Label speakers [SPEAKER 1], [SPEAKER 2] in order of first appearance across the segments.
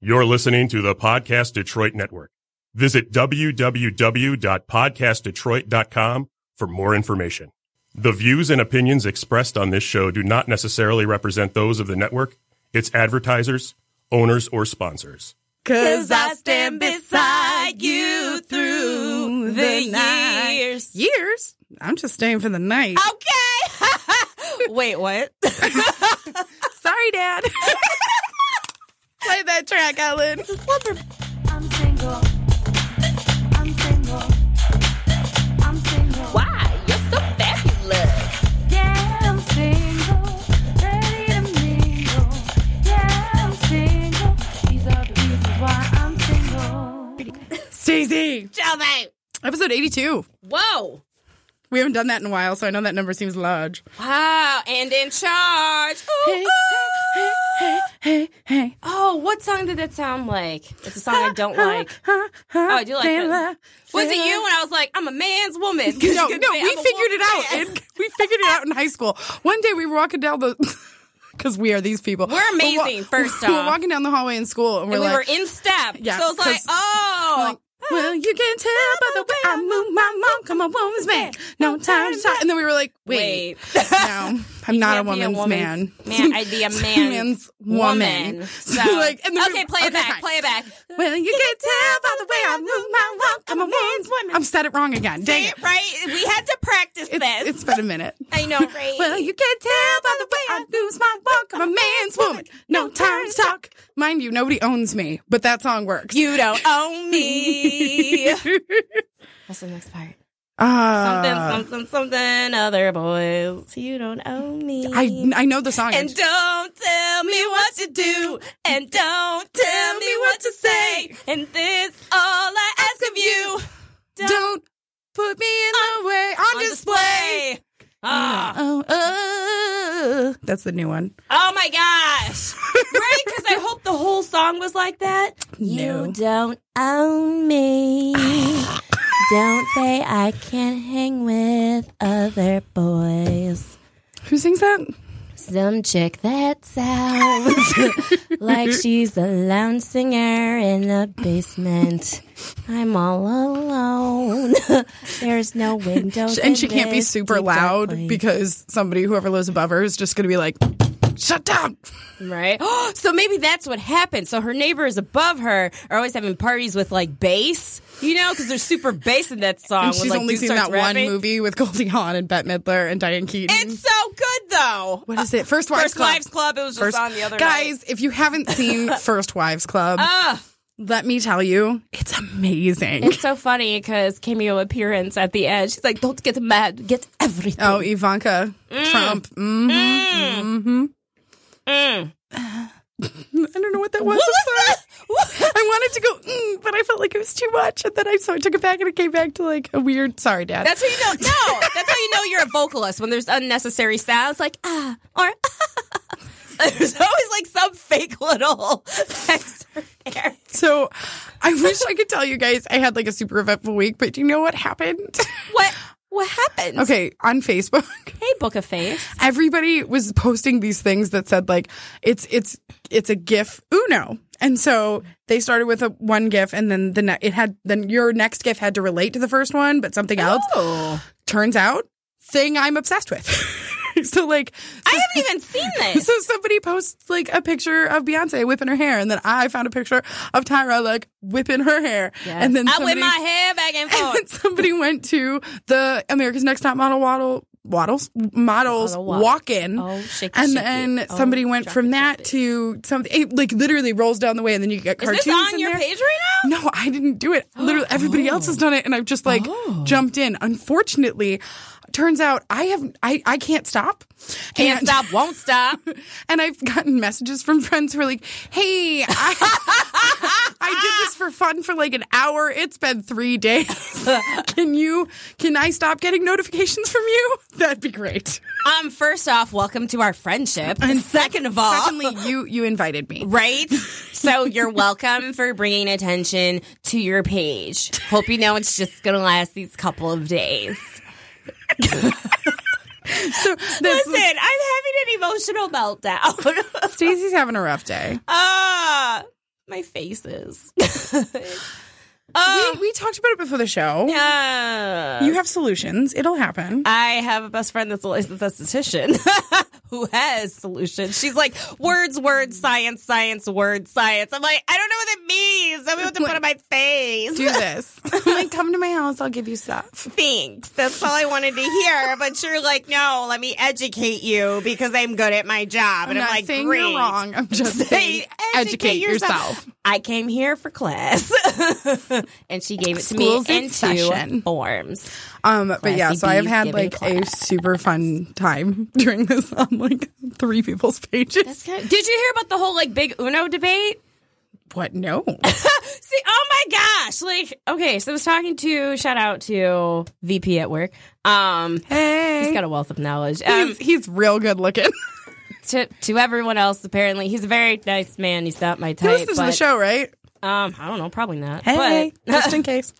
[SPEAKER 1] You're listening to the Podcast Detroit Network. Visit www.podcastdetroit.com for more information. The views and opinions expressed on this show do not necessarily represent those of the network, its advertisers, owners, or sponsors.
[SPEAKER 2] Cause I stand beside you through the
[SPEAKER 3] night.
[SPEAKER 2] years. Oh,
[SPEAKER 3] Years? I'm just staying for the night.
[SPEAKER 2] Okay. Wait, what?
[SPEAKER 3] Sorry, Dad. Play that track, Ellen.
[SPEAKER 4] I'm single. I'm single. I'm single.
[SPEAKER 2] Why? You're so fabulous.
[SPEAKER 4] Yeah, I'm single. Ready to mingle. Yeah, I'm single. These are the reasons why I'm single.
[SPEAKER 3] Stacey.
[SPEAKER 2] Chelsea.
[SPEAKER 3] Episode 82.
[SPEAKER 2] Whoa.
[SPEAKER 3] We haven't done that in a while, so I know that number seems large.
[SPEAKER 2] Wow. And in charge. Ooh,
[SPEAKER 3] Hey,
[SPEAKER 2] ooh.
[SPEAKER 3] Hey, hey.
[SPEAKER 2] Oh, what song did that sound like? It's a song I don't like.
[SPEAKER 3] Oh,
[SPEAKER 2] I do like that. Was it you? And I was like, I'm a man's woman. 'Cause you
[SPEAKER 3] No, no, we
[SPEAKER 2] could
[SPEAKER 3] figured
[SPEAKER 2] say, "I'm a
[SPEAKER 3] it out.
[SPEAKER 2] woman's man."
[SPEAKER 3] in- we figured it out in high school. One day we were walking down the. Because we are these people.
[SPEAKER 2] We're
[SPEAKER 3] wa-
[SPEAKER 2] amazing, first
[SPEAKER 3] We're
[SPEAKER 2] off.
[SPEAKER 3] walking down the hallway in school, and we're
[SPEAKER 2] and we
[SPEAKER 3] like,
[SPEAKER 2] were in step.
[SPEAKER 3] Yeah,
[SPEAKER 2] so it's like,
[SPEAKER 3] 'cause-
[SPEAKER 2] oh,
[SPEAKER 3] like, well, you can tell by the way I move my mom. Come on, woman's man. No time to talk. And then we were like, wait,
[SPEAKER 2] Wait.
[SPEAKER 3] no, I'm not a
[SPEAKER 2] can't be a
[SPEAKER 3] woman's, man.
[SPEAKER 2] woman's man. I'd be a man's
[SPEAKER 3] woman.
[SPEAKER 2] So,
[SPEAKER 3] like, and then we-
[SPEAKER 2] okay, play it back.
[SPEAKER 3] fine.
[SPEAKER 2] Play it back.
[SPEAKER 3] Well, you can tell by the way I move my walk. I'm a woman's woman. I'm said it wrong again. Dang it.
[SPEAKER 2] Right? We had to practice
[SPEAKER 3] It's,
[SPEAKER 2] this.
[SPEAKER 3] it's been a minute.
[SPEAKER 2] I know, right?
[SPEAKER 3] Well, you can tell by the way I lose my walk. I'm a man's woman. No time to talk. Mind you, nobody owns me, but that song works.
[SPEAKER 2] you don't own me. What's the next part? Something,
[SPEAKER 3] Uh,
[SPEAKER 2] something, something, other boys. You don't own me.
[SPEAKER 3] I, I know the song.
[SPEAKER 2] and don't tell me what to do. And don't tell me what to say. And this all I ask of you.
[SPEAKER 3] Don't put me in the way on,
[SPEAKER 2] On
[SPEAKER 3] display.
[SPEAKER 2] display. Ah.
[SPEAKER 3] Oh, oh, that's the new one.
[SPEAKER 2] Oh my gosh. right? Because I hope the whole song was like that.
[SPEAKER 3] No.
[SPEAKER 2] You don't own me. don't say I can't hang with other boys.
[SPEAKER 3] Who sings that?
[SPEAKER 2] Some chick that sounds like she's a lounge singer in a basement. I'm all alone. There's no windows.
[SPEAKER 3] And
[SPEAKER 2] in
[SPEAKER 3] she can't be
[SPEAKER 2] this
[SPEAKER 3] super
[SPEAKER 2] deep, dark
[SPEAKER 3] loud
[SPEAKER 2] place.
[SPEAKER 3] because somebody, whoever lives above her, is just going to be like, "Shut down."
[SPEAKER 2] Right. so maybe that's what happened. So her neighbors above her are always having parties with like bass, you know, because they're super bass in that song.
[SPEAKER 3] And
[SPEAKER 2] when,
[SPEAKER 3] she's
[SPEAKER 2] like,
[SPEAKER 3] only
[SPEAKER 2] dude
[SPEAKER 3] seen
[SPEAKER 2] starts
[SPEAKER 3] that
[SPEAKER 2] rapping.
[SPEAKER 3] one movie with Goldie Hawn and Bette Midler and Diane Keaton.
[SPEAKER 2] It's so good though. Uh,
[SPEAKER 3] what is it? First Wives
[SPEAKER 2] First
[SPEAKER 3] Club.
[SPEAKER 2] Wives Club. It was just
[SPEAKER 3] First-
[SPEAKER 2] on the other
[SPEAKER 3] guys,
[SPEAKER 2] night.
[SPEAKER 3] if you haven't seen First Wives Club,
[SPEAKER 2] Ah. Mm.
[SPEAKER 3] let me tell you, it's amazing.
[SPEAKER 2] It's so funny because cameo appearance at the end. She's like, "Don't get mad, get everything."
[SPEAKER 3] oh, Ivanka Trump. hmm
[SPEAKER 2] Mm.
[SPEAKER 3] I don't know what that was. I'm sorry. I wanted to go, mm, but I felt like it was too much, and then I so I took it back and it came back to like a weird. Sorry, Dad.
[SPEAKER 2] That's how you know. No, that's how you know you're a vocalist when there's unnecessary sounds like ah or. There's always like some fake little extra there.
[SPEAKER 3] so I wish I could tell you guys I had like a super eventful week, but do you know what happened?
[SPEAKER 2] What what happened?
[SPEAKER 3] okay, on Facebook,
[SPEAKER 2] Hey, Book of Faith.
[SPEAKER 3] everybody was posting these things that said like it's it's it's a GIF Uno. And so they started with a one GIF, and then the ne- it had then your next GIF had to relate to the first one, but something else.
[SPEAKER 2] Oh,
[SPEAKER 3] Turns out, thing I'm obsessed with. so like
[SPEAKER 2] I haven't even seen this.
[SPEAKER 3] So somebody posts like a picture of Beyonce whipping her hair, and then I found a picture of Tyra like whipping her hair, and then
[SPEAKER 2] I
[SPEAKER 3] somebody,
[SPEAKER 2] whip my hair back and
[SPEAKER 3] and then
[SPEAKER 2] forth.
[SPEAKER 3] somebody went to the America's Next Top Model waddle waddles models
[SPEAKER 2] Waddle, waddle.
[SPEAKER 3] walk in.
[SPEAKER 2] Oh, shake it,
[SPEAKER 3] And
[SPEAKER 2] shake
[SPEAKER 3] then
[SPEAKER 2] it. Oh,
[SPEAKER 3] somebody went
[SPEAKER 2] drop
[SPEAKER 3] from
[SPEAKER 2] it,
[SPEAKER 3] that
[SPEAKER 2] drop it.
[SPEAKER 3] to something it, like literally rolls down the way, and then you get
[SPEAKER 2] Is
[SPEAKER 3] cartoons
[SPEAKER 2] this on
[SPEAKER 3] in
[SPEAKER 2] your Oh.
[SPEAKER 3] there.
[SPEAKER 2] page right now?
[SPEAKER 3] No, I didn't do it. Literally, everybody else has done it, and I've just like
[SPEAKER 2] Oh.
[SPEAKER 3] jumped in. Unfortunately, turns out I have I I can't stop.
[SPEAKER 2] Can't
[SPEAKER 3] And-
[SPEAKER 2] stop, won't stop.
[SPEAKER 3] and I've gotten messages from friends who are like, "Hey, I, I did this for fun for like an hour. It's been three days.
[SPEAKER 2] Um,
[SPEAKER 3] Can you? Can I stop getting notifications from you? That'd be great."
[SPEAKER 2] Um, first off, welcome to our friendship. And second of all,
[SPEAKER 3] Secondly, you you invited me.
[SPEAKER 2] right? So you're welcome for bringing attention to your page. Hope you know it's just gonna last these couple of days.
[SPEAKER 3] That's-
[SPEAKER 2] Listen, I'm having an emotional meltdown.
[SPEAKER 3] Um, Stacey's having a rough day.
[SPEAKER 2] Ah, my face is.
[SPEAKER 3] we, we talked about it before the show.
[SPEAKER 2] yeah.
[SPEAKER 3] You have solutions. It'll happen.
[SPEAKER 2] I have a best friend that's a licensed esthetician who has solutions. She's like, words, words, science, science, words, science. I'm like, I don't know what that means. Tell me what to put on my face.
[SPEAKER 3] Do this. I'm like, come to my house. I'll give you stuff.
[SPEAKER 2] Thanks. That's all I wanted to hear. But you're like, no, let me educate you because I'm good at my job. And
[SPEAKER 3] I'm
[SPEAKER 2] I'm,
[SPEAKER 3] not
[SPEAKER 2] like,
[SPEAKER 3] saying
[SPEAKER 2] great.
[SPEAKER 3] you're wrong. I'm just saying
[SPEAKER 2] Say,
[SPEAKER 3] educate yourself.
[SPEAKER 2] I came here for class, and she gave it to
[SPEAKER 3] School's
[SPEAKER 2] me
[SPEAKER 3] in
[SPEAKER 2] in two
[SPEAKER 3] session.
[SPEAKER 2] forms.
[SPEAKER 3] Um, but yeah,
[SPEAKER 2] Classy
[SPEAKER 3] so I've
[SPEAKER 2] bees
[SPEAKER 3] had
[SPEAKER 2] giving
[SPEAKER 3] like a super fun time during this on like three people's pages.
[SPEAKER 2] Did you hear about the whole like big Uno debate?
[SPEAKER 3] what? No.
[SPEAKER 2] See, oh my gosh! Like, okay, so I was talking to shout out to VP at work. Um,
[SPEAKER 3] Hey.
[SPEAKER 2] he's got a wealth of knowledge. Um,
[SPEAKER 3] he's, he's real good looking.
[SPEAKER 2] to to everyone else, apparently, he's a very nice man. He's not my
[SPEAKER 3] He
[SPEAKER 2] type.
[SPEAKER 3] listens to the
[SPEAKER 2] but,
[SPEAKER 3] show, right?
[SPEAKER 2] Um, I don't know, probably not.
[SPEAKER 3] Hey,
[SPEAKER 2] but,
[SPEAKER 3] just in case.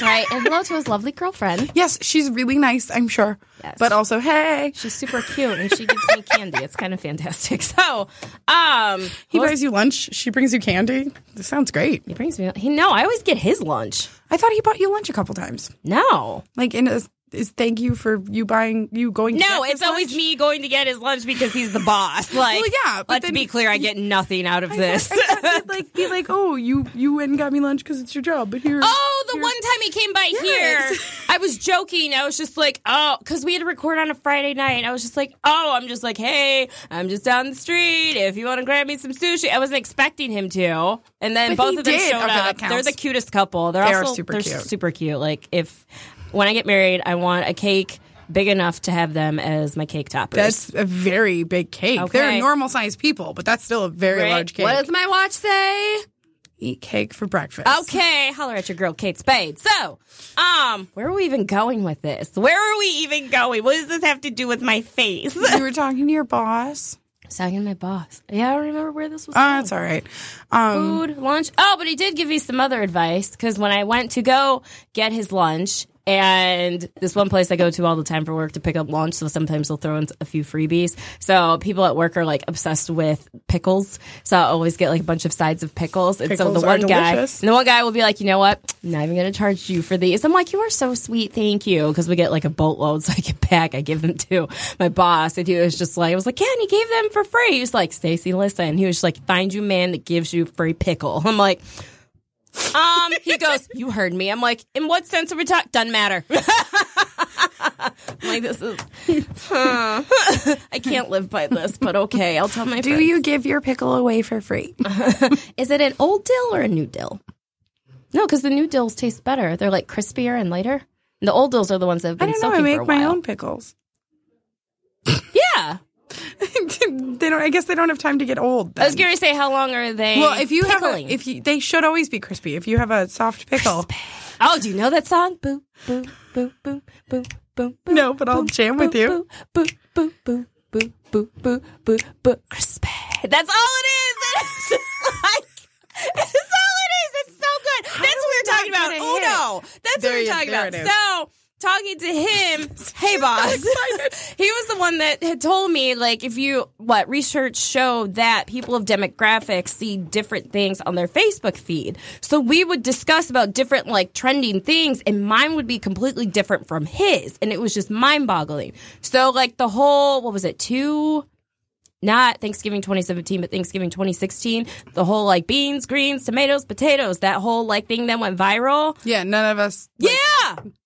[SPEAKER 2] right. And hello to his lovely girlfriend.
[SPEAKER 3] Yes, she's really nice, I'm sure.
[SPEAKER 2] Yes.
[SPEAKER 3] But also, hey,
[SPEAKER 2] She's super cute, and she gives me candy. It's kind of fantastic. So, um,
[SPEAKER 3] he buys you lunch. She brings you candy. This sounds great.
[SPEAKER 2] He brings me. He no, I always get his lunch.
[SPEAKER 3] I thought he bought you lunch a couple times.
[SPEAKER 2] No,
[SPEAKER 3] Like in a is thank you for you buying you going. to
[SPEAKER 2] no,
[SPEAKER 3] get
[SPEAKER 2] it's
[SPEAKER 3] this
[SPEAKER 2] always
[SPEAKER 3] lunch.
[SPEAKER 2] me going to get his lunch because he's the boss. Like,
[SPEAKER 3] Well, yeah, but
[SPEAKER 2] Let's
[SPEAKER 3] then-
[SPEAKER 2] be clear, I get nothing out of this.
[SPEAKER 3] I thought he'd, like be like, oh, you you went and got me lunch because it's your job. But here,
[SPEAKER 2] Oh, the one time he came by here, I was joking. I was just like, oh, because we had to record on a Friday night. I was just like, oh, I'm just like, hey, I'm just down the street. If you want to grab me some sushi, I wasn't expecting him to. And then
[SPEAKER 3] But
[SPEAKER 2] both
[SPEAKER 3] he
[SPEAKER 2] of them
[SPEAKER 3] did.
[SPEAKER 2] showed
[SPEAKER 3] Okay, that
[SPEAKER 2] up. They're
[SPEAKER 3] counts.
[SPEAKER 2] the cutest couple. They're
[SPEAKER 3] They are
[SPEAKER 2] also
[SPEAKER 3] super
[SPEAKER 2] they're
[SPEAKER 3] cute.
[SPEAKER 2] super cute. Like if when I get married, I want a cake big enough to have them as my cake toppers.
[SPEAKER 3] that's a very big cake.
[SPEAKER 2] Okay.
[SPEAKER 3] They're normal sized people, but that's still a very
[SPEAKER 2] Right?
[SPEAKER 3] large cake.
[SPEAKER 2] What does my watch say?
[SPEAKER 3] Eat cake for breakfast.
[SPEAKER 2] Okay, holler at your girl Kate Spade. So, um, where are we even going with this? Where are we even going? What does this have to do with my face?
[SPEAKER 3] you were talking to your boss.
[SPEAKER 2] Talking to my boss. Yeah, I don't remember where this was.
[SPEAKER 3] Oh, that's all right. Um,
[SPEAKER 2] Food, lunch. Oh, but he did give me some other advice because when I went to go get his lunch, and this one place I go to all the time for work to pick up lunch, so sometimes they'll throw in a few freebies. So people at work are like obsessed with pickles, so I always get like a bunch of sides of pickles. And so
[SPEAKER 3] Pickles
[SPEAKER 2] the
[SPEAKER 3] are
[SPEAKER 2] one guy,
[SPEAKER 3] delicious.
[SPEAKER 2] and the one guy will be like, you know what? I'm not even going to charge you for these. I'm like, you are so sweet. Thank you. Because we get like a boatload. So I get back. I give them to my boss. And he was just like, I was like, yeah, and he gave them for free. He was like, Stacy, listen. He was just like, find you a man that gives you free pickle. I'm like, um, he goes, you heard me. I'm like, in what sense are we talking? Doesn't matter. I'm like, this is, huh. I can't live by this, but okay. I'll tell my
[SPEAKER 3] do you give your pickle away for free?
[SPEAKER 2] is it an old dill or a new dill? No, because the new dills taste better. They're like crispier and lighter. And the old dills are the ones that have
[SPEAKER 3] I
[SPEAKER 2] been
[SPEAKER 3] don't know. I
[SPEAKER 2] soaking for
[SPEAKER 3] make
[SPEAKER 2] a
[SPEAKER 3] my
[SPEAKER 2] while.
[SPEAKER 3] own pickles.
[SPEAKER 2] Yeah,
[SPEAKER 3] they don't. I guess they don't have time to get old.
[SPEAKER 2] I was
[SPEAKER 3] then.
[SPEAKER 2] gonna say how long are they?
[SPEAKER 3] Well, if you
[SPEAKER 2] pickling?
[SPEAKER 3] have, a, if you, they should always be crispy. If you have a soft pickle,
[SPEAKER 2] oh, do you know that song? Boo boo boo boo boo boo. boo
[SPEAKER 3] No, but I'll
[SPEAKER 2] boo,
[SPEAKER 3] jam with
[SPEAKER 2] boo,
[SPEAKER 3] you.
[SPEAKER 2] Boo boo boo boo boo boo boo boo crispy. That's all it is. It's just like. It's all it is. It's so good. That's what
[SPEAKER 3] did
[SPEAKER 2] we're talking
[SPEAKER 3] not
[SPEAKER 2] about.
[SPEAKER 3] get a hit?
[SPEAKER 2] Oh no, that's
[SPEAKER 3] There
[SPEAKER 2] what
[SPEAKER 3] you-
[SPEAKER 2] we're talking
[SPEAKER 3] there
[SPEAKER 2] about.
[SPEAKER 3] it is.
[SPEAKER 2] So talking to him, hey boss. he was the one that had told me like if you what research showed that people of demographics see different things on their Facebook feed. So we would discuss about different like trending things and mine would be completely different from his and it was just mind-boggling. So like the whole what was it? 2 not Thanksgiving 2017, but Thanksgiving 2016. The whole like beans, greens, tomatoes, potatoes, that whole like thing that went viral.
[SPEAKER 3] yeah, none of us.
[SPEAKER 2] Yeah.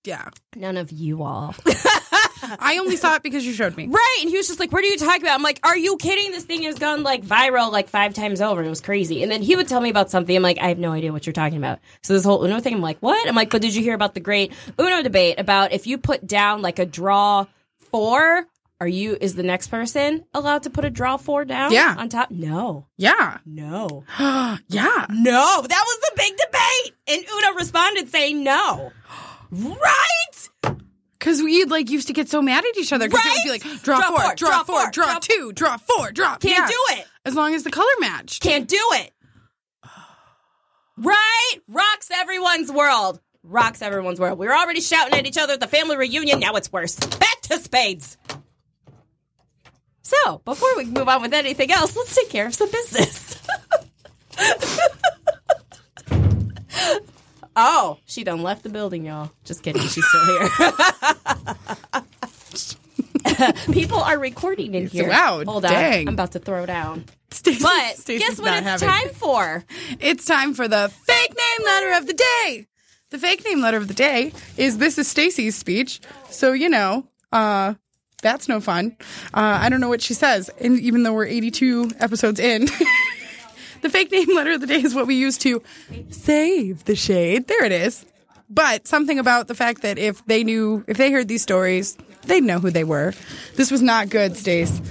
[SPEAKER 3] Yeah,
[SPEAKER 2] None of you all.
[SPEAKER 3] I only saw it because you showed me.
[SPEAKER 2] right. And he was just like, What are you talking about? I'm like, Are you kidding? This thing has gone like viral like five times over. It was crazy. And then he would tell me about something. I'm like, I have no idea what you're talking about. So this whole Uno thing, I'm like, What? I'm like, But did you hear about the great Uno debate about if you put down like a draw four? Are you is the next person allowed to put a draw four down?
[SPEAKER 3] Yeah.
[SPEAKER 2] On top? No.
[SPEAKER 3] Yeah,
[SPEAKER 2] No.
[SPEAKER 3] yeah.
[SPEAKER 2] No, that was the big debate. And Una responded saying no. Right?
[SPEAKER 3] Because we like used to get so mad at each other because it would
[SPEAKER 2] Right?
[SPEAKER 3] be like draw,
[SPEAKER 2] Draw
[SPEAKER 3] four, draw
[SPEAKER 2] four, draw
[SPEAKER 3] four,
[SPEAKER 2] four,
[SPEAKER 3] draw
[SPEAKER 2] draw-
[SPEAKER 3] two, draw four, draw.
[SPEAKER 2] Can't
[SPEAKER 3] yeah.
[SPEAKER 2] do it.
[SPEAKER 3] as long as the color matched.
[SPEAKER 2] Can't do it. Right? Rocks everyone's world. Rocks everyone's world. We were already shouting at each other at the family reunion. Now it's worse. Back to spades. So, before we move on with anything else, let's take care of some business. Oh, she done left the building, y'all. Just kidding, she's still here. People are recording in here.
[SPEAKER 3] Wow,
[SPEAKER 2] hold
[SPEAKER 3] dang.
[SPEAKER 2] on, I'm about to throw down.
[SPEAKER 3] Stacey-
[SPEAKER 2] But
[SPEAKER 3] Stacey's
[SPEAKER 2] guess what?
[SPEAKER 3] not
[SPEAKER 2] It's
[SPEAKER 3] having
[SPEAKER 2] time for
[SPEAKER 3] it. It's time for the fake name letter of the day. The fake name letter of the day is this is Stacy's speech. So you know, uh, that's no fun. Uh, I don't know what she says, and even though we're 82 episodes in. The fake name letter of the day is what we use to save the shade. There it is. But something about the fact that if they knew, if they heard these stories, they'd know who they were. This was not good, Stace.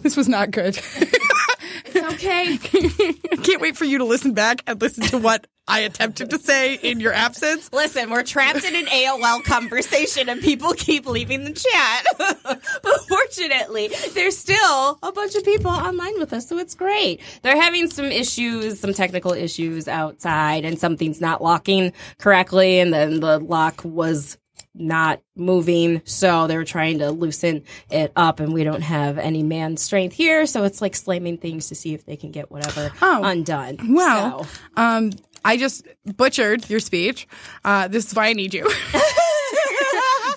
[SPEAKER 3] This was not good.
[SPEAKER 2] okay.
[SPEAKER 3] I can't wait for you to listen back and listen to what I attempted to say in your absence.
[SPEAKER 2] Listen, we're trapped in an AOL conversation and people keep leaving the chat. but fortunately, there's still a bunch of people online with us, so it's great. They're having some issues, some technical issues outside, and something's not locking correctly, and then the lock was not moving so they were trying to loosen it up and we don't have any man strength here so it's like slamming things to see if they can get whatever
[SPEAKER 3] Oh.
[SPEAKER 2] undone
[SPEAKER 3] Well,
[SPEAKER 2] So-
[SPEAKER 3] um, I just butchered your speech. Uh, this is why I need you.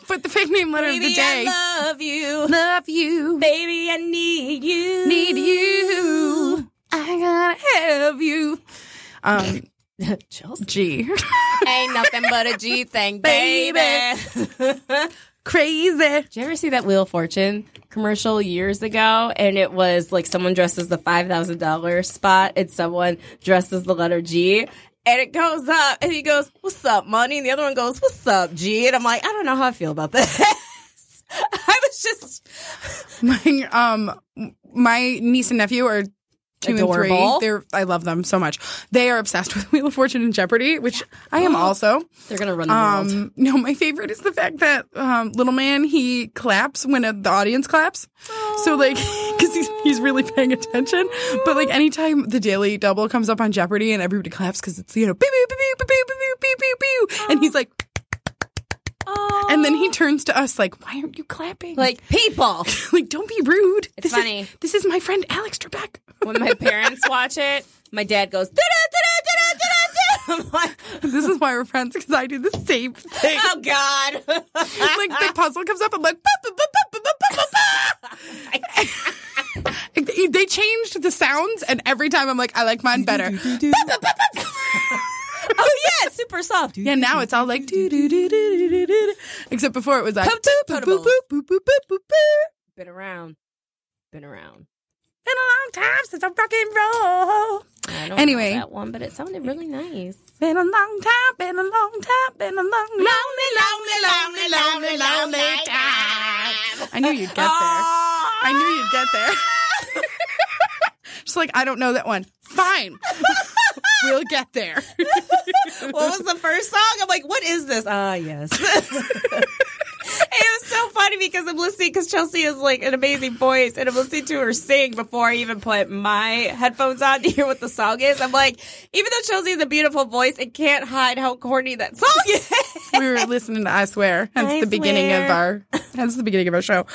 [SPEAKER 3] but the fake name letter of
[SPEAKER 2] baby
[SPEAKER 3] the day.
[SPEAKER 2] i love you
[SPEAKER 3] love you.
[SPEAKER 2] Baby, I need you.
[SPEAKER 3] need you. I gotta have you. Um,
[SPEAKER 2] Chelsea.
[SPEAKER 3] G.
[SPEAKER 2] Ain't nothing but a G thing, baby. Did
[SPEAKER 3] Crazy.
[SPEAKER 2] you ever see that Wheel of Fortune commercial years ago? And it was like someone dresses the $5,000 spot and someone dresses the letter G. And it goes up and he goes, What's up, money? And the other one goes, What's up, G? And I'm like, I don't know how I feel about this. I was just
[SPEAKER 3] My um, my niece and nephew are two
[SPEAKER 2] Adorable.
[SPEAKER 3] and three. They're I love them so much. They are obsessed with Wheel of Fortune and Jeopardy, which I am also.
[SPEAKER 2] they're gonna run the world.
[SPEAKER 3] Um, no, my favorite is the fact that um, little man he claps when uh the audience claps. So like, because he's he's really paying attention. But like, anytime the Daily Double comes up on Jeopardy and everybody claps because it's you know pew pew pew pew pew pew pew pew pew, pew, and he's like,
[SPEAKER 2] Oh.
[SPEAKER 3] and then he turns to us like, why aren't you clapping?
[SPEAKER 2] like people.
[SPEAKER 3] like don't be rude. It's this
[SPEAKER 2] funny.
[SPEAKER 3] Is, this is my friend Alex Trebek.
[SPEAKER 2] when my parents watch it, my dad goes, "Da-da, da-da, da-da, da-da, da-da." I'm like,
[SPEAKER 3] this is why we're friends because I do the same thing.
[SPEAKER 2] oh God.
[SPEAKER 3] like the puzzle comes up, I'm like, "Ba, ba, ba, ba, ba, ba, ba, ba." They- they changed the sounds, and every time I'm like, I like mine better.
[SPEAKER 2] oh yeah, it's super soft.
[SPEAKER 3] Yeah, now it's all like doo doo doo doo doo doo doo. Except before it was like
[SPEAKER 2] Come to
[SPEAKER 3] boop, boop,
[SPEAKER 2] Potables.
[SPEAKER 3] boop, boop, boop, boop, boop.
[SPEAKER 2] Been around. Been around.
[SPEAKER 3] Been a long time since I rock and roll.
[SPEAKER 2] I don't
[SPEAKER 3] Anyway.
[SPEAKER 2] know that one, but it sounded really nice.
[SPEAKER 3] Been a long time, been a long time, been a long, long,
[SPEAKER 2] lonely,
[SPEAKER 3] lonely, lonely time. Oh, I knew you'd get there. I knew you'd get there. She's like, I don't know that one. Fine. we'll get there.
[SPEAKER 2] what was the first song? I'm like, what is this? Ah, yes. it was so funny because I'm listening because Chelsea is like an amazing voice, and I'm listening to her sing before I even put my headphones on to hear what the song is. I'm like, even though Chelsea has a beautiful voice, it can't hide how corny that song is.
[SPEAKER 3] we were listening to I Swear. That's
[SPEAKER 2] I
[SPEAKER 3] the beginning of
[SPEAKER 2] swear.
[SPEAKER 3] our that's the beginning of our show.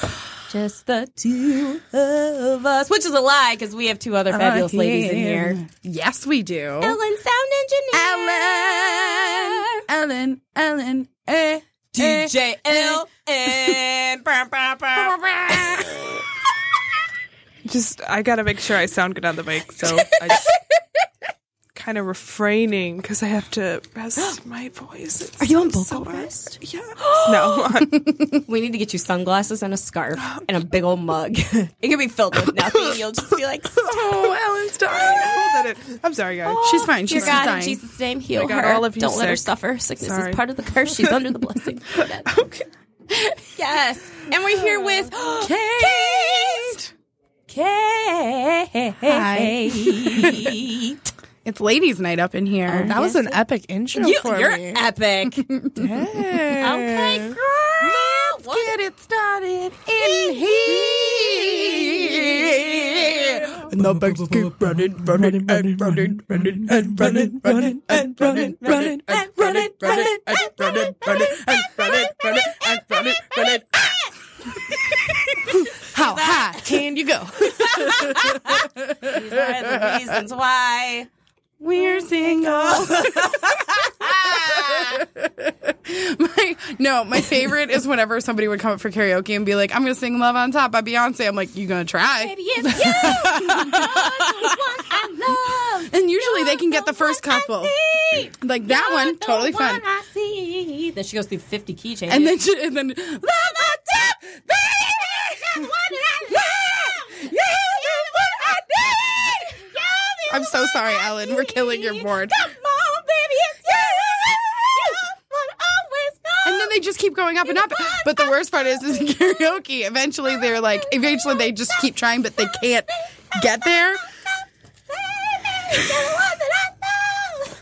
[SPEAKER 2] Just the two of us, which is a lie because we have two other fabulous ladies in here.
[SPEAKER 3] Uh, Yes, we do.
[SPEAKER 2] Ellen, sound engineer.
[SPEAKER 3] Ellen, Ellen, eh. eh.
[SPEAKER 2] DJ L and.
[SPEAKER 5] Just I gotta make sure I sound good on the mic, so I just kind of refraining because I have to rest my voice. It's so bad. Yeah. no.
[SPEAKER 2] We need to get you sunglasses and a scarf and a big old mug. it can be filled with nothing. You'll just be like,
[SPEAKER 5] oh, Ellen's dying. Hold it. in. I'm sorry, guys.
[SPEAKER 3] She's fine.
[SPEAKER 2] Dear
[SPEAKER 3] She's
[SPEAKER 2] God,
[SPEAKER 3] dying.
[SPEAKER 2] in Jesus' name, heal
[SPEAKER 5] got
[SPEAKER 2] her.
[SPEAKER 5] all of you
[SPEAKER 2] Don't let her
[SPEAKER 5] sick.
[SPEAKER 2] suffer. Sickness
[SPEAKER 5] Sorry.
[SPEAKER 2] is part of the curse. She's under the blessing.
[SPEAKER 5] Okay.
[SPEAKER 2] yes. And we're here with Kate. Kate.
[SPEAKER 3] it's ladies' night up in here.
[SPEAKER 6] That was an epic intro
[SPEAKER 2] Oh, You,
[SPEAKER 6] for
[SPEAKER 2] you're
[SPEAKER 6] me.
[SPEAKER 2] epic. okay,
[SPEAKER 6] Hey.
[SPEAKER 2] girl. What-
[SPEAKER 3] Get it started in here.
[SPEAKER 6] And the bags keep running, running, and running, running, and running, running, and running, running, and running, running, and running, running, and running, running, and running, running.
[SPEAKER 3] How high can you go?
[SPEAKER 2] These are the reasons why We're single.
[SPEAKER 3] my, no, my favorite is whenever somebody would come up for karaoke and be like, I'm going to sing Love on Top by Beyonce. I'm like, you going to try?
[SPEAKER 2] Maybe it's you. I love.
[SPEAKER 3] And usually they can get the first couple. Like that one, totally fun.
[SPEAKER 2] I see. Then she goes through 50 key changes.
[SPEAKER 3] And then, she, and then, Love on Top! I'm so sorry, Ellen. We're killing your board. And then they just keep going up and up. But the worst part is, is in karaoke. Eventually, they're like, eventually they just keep trying, but they can't get there.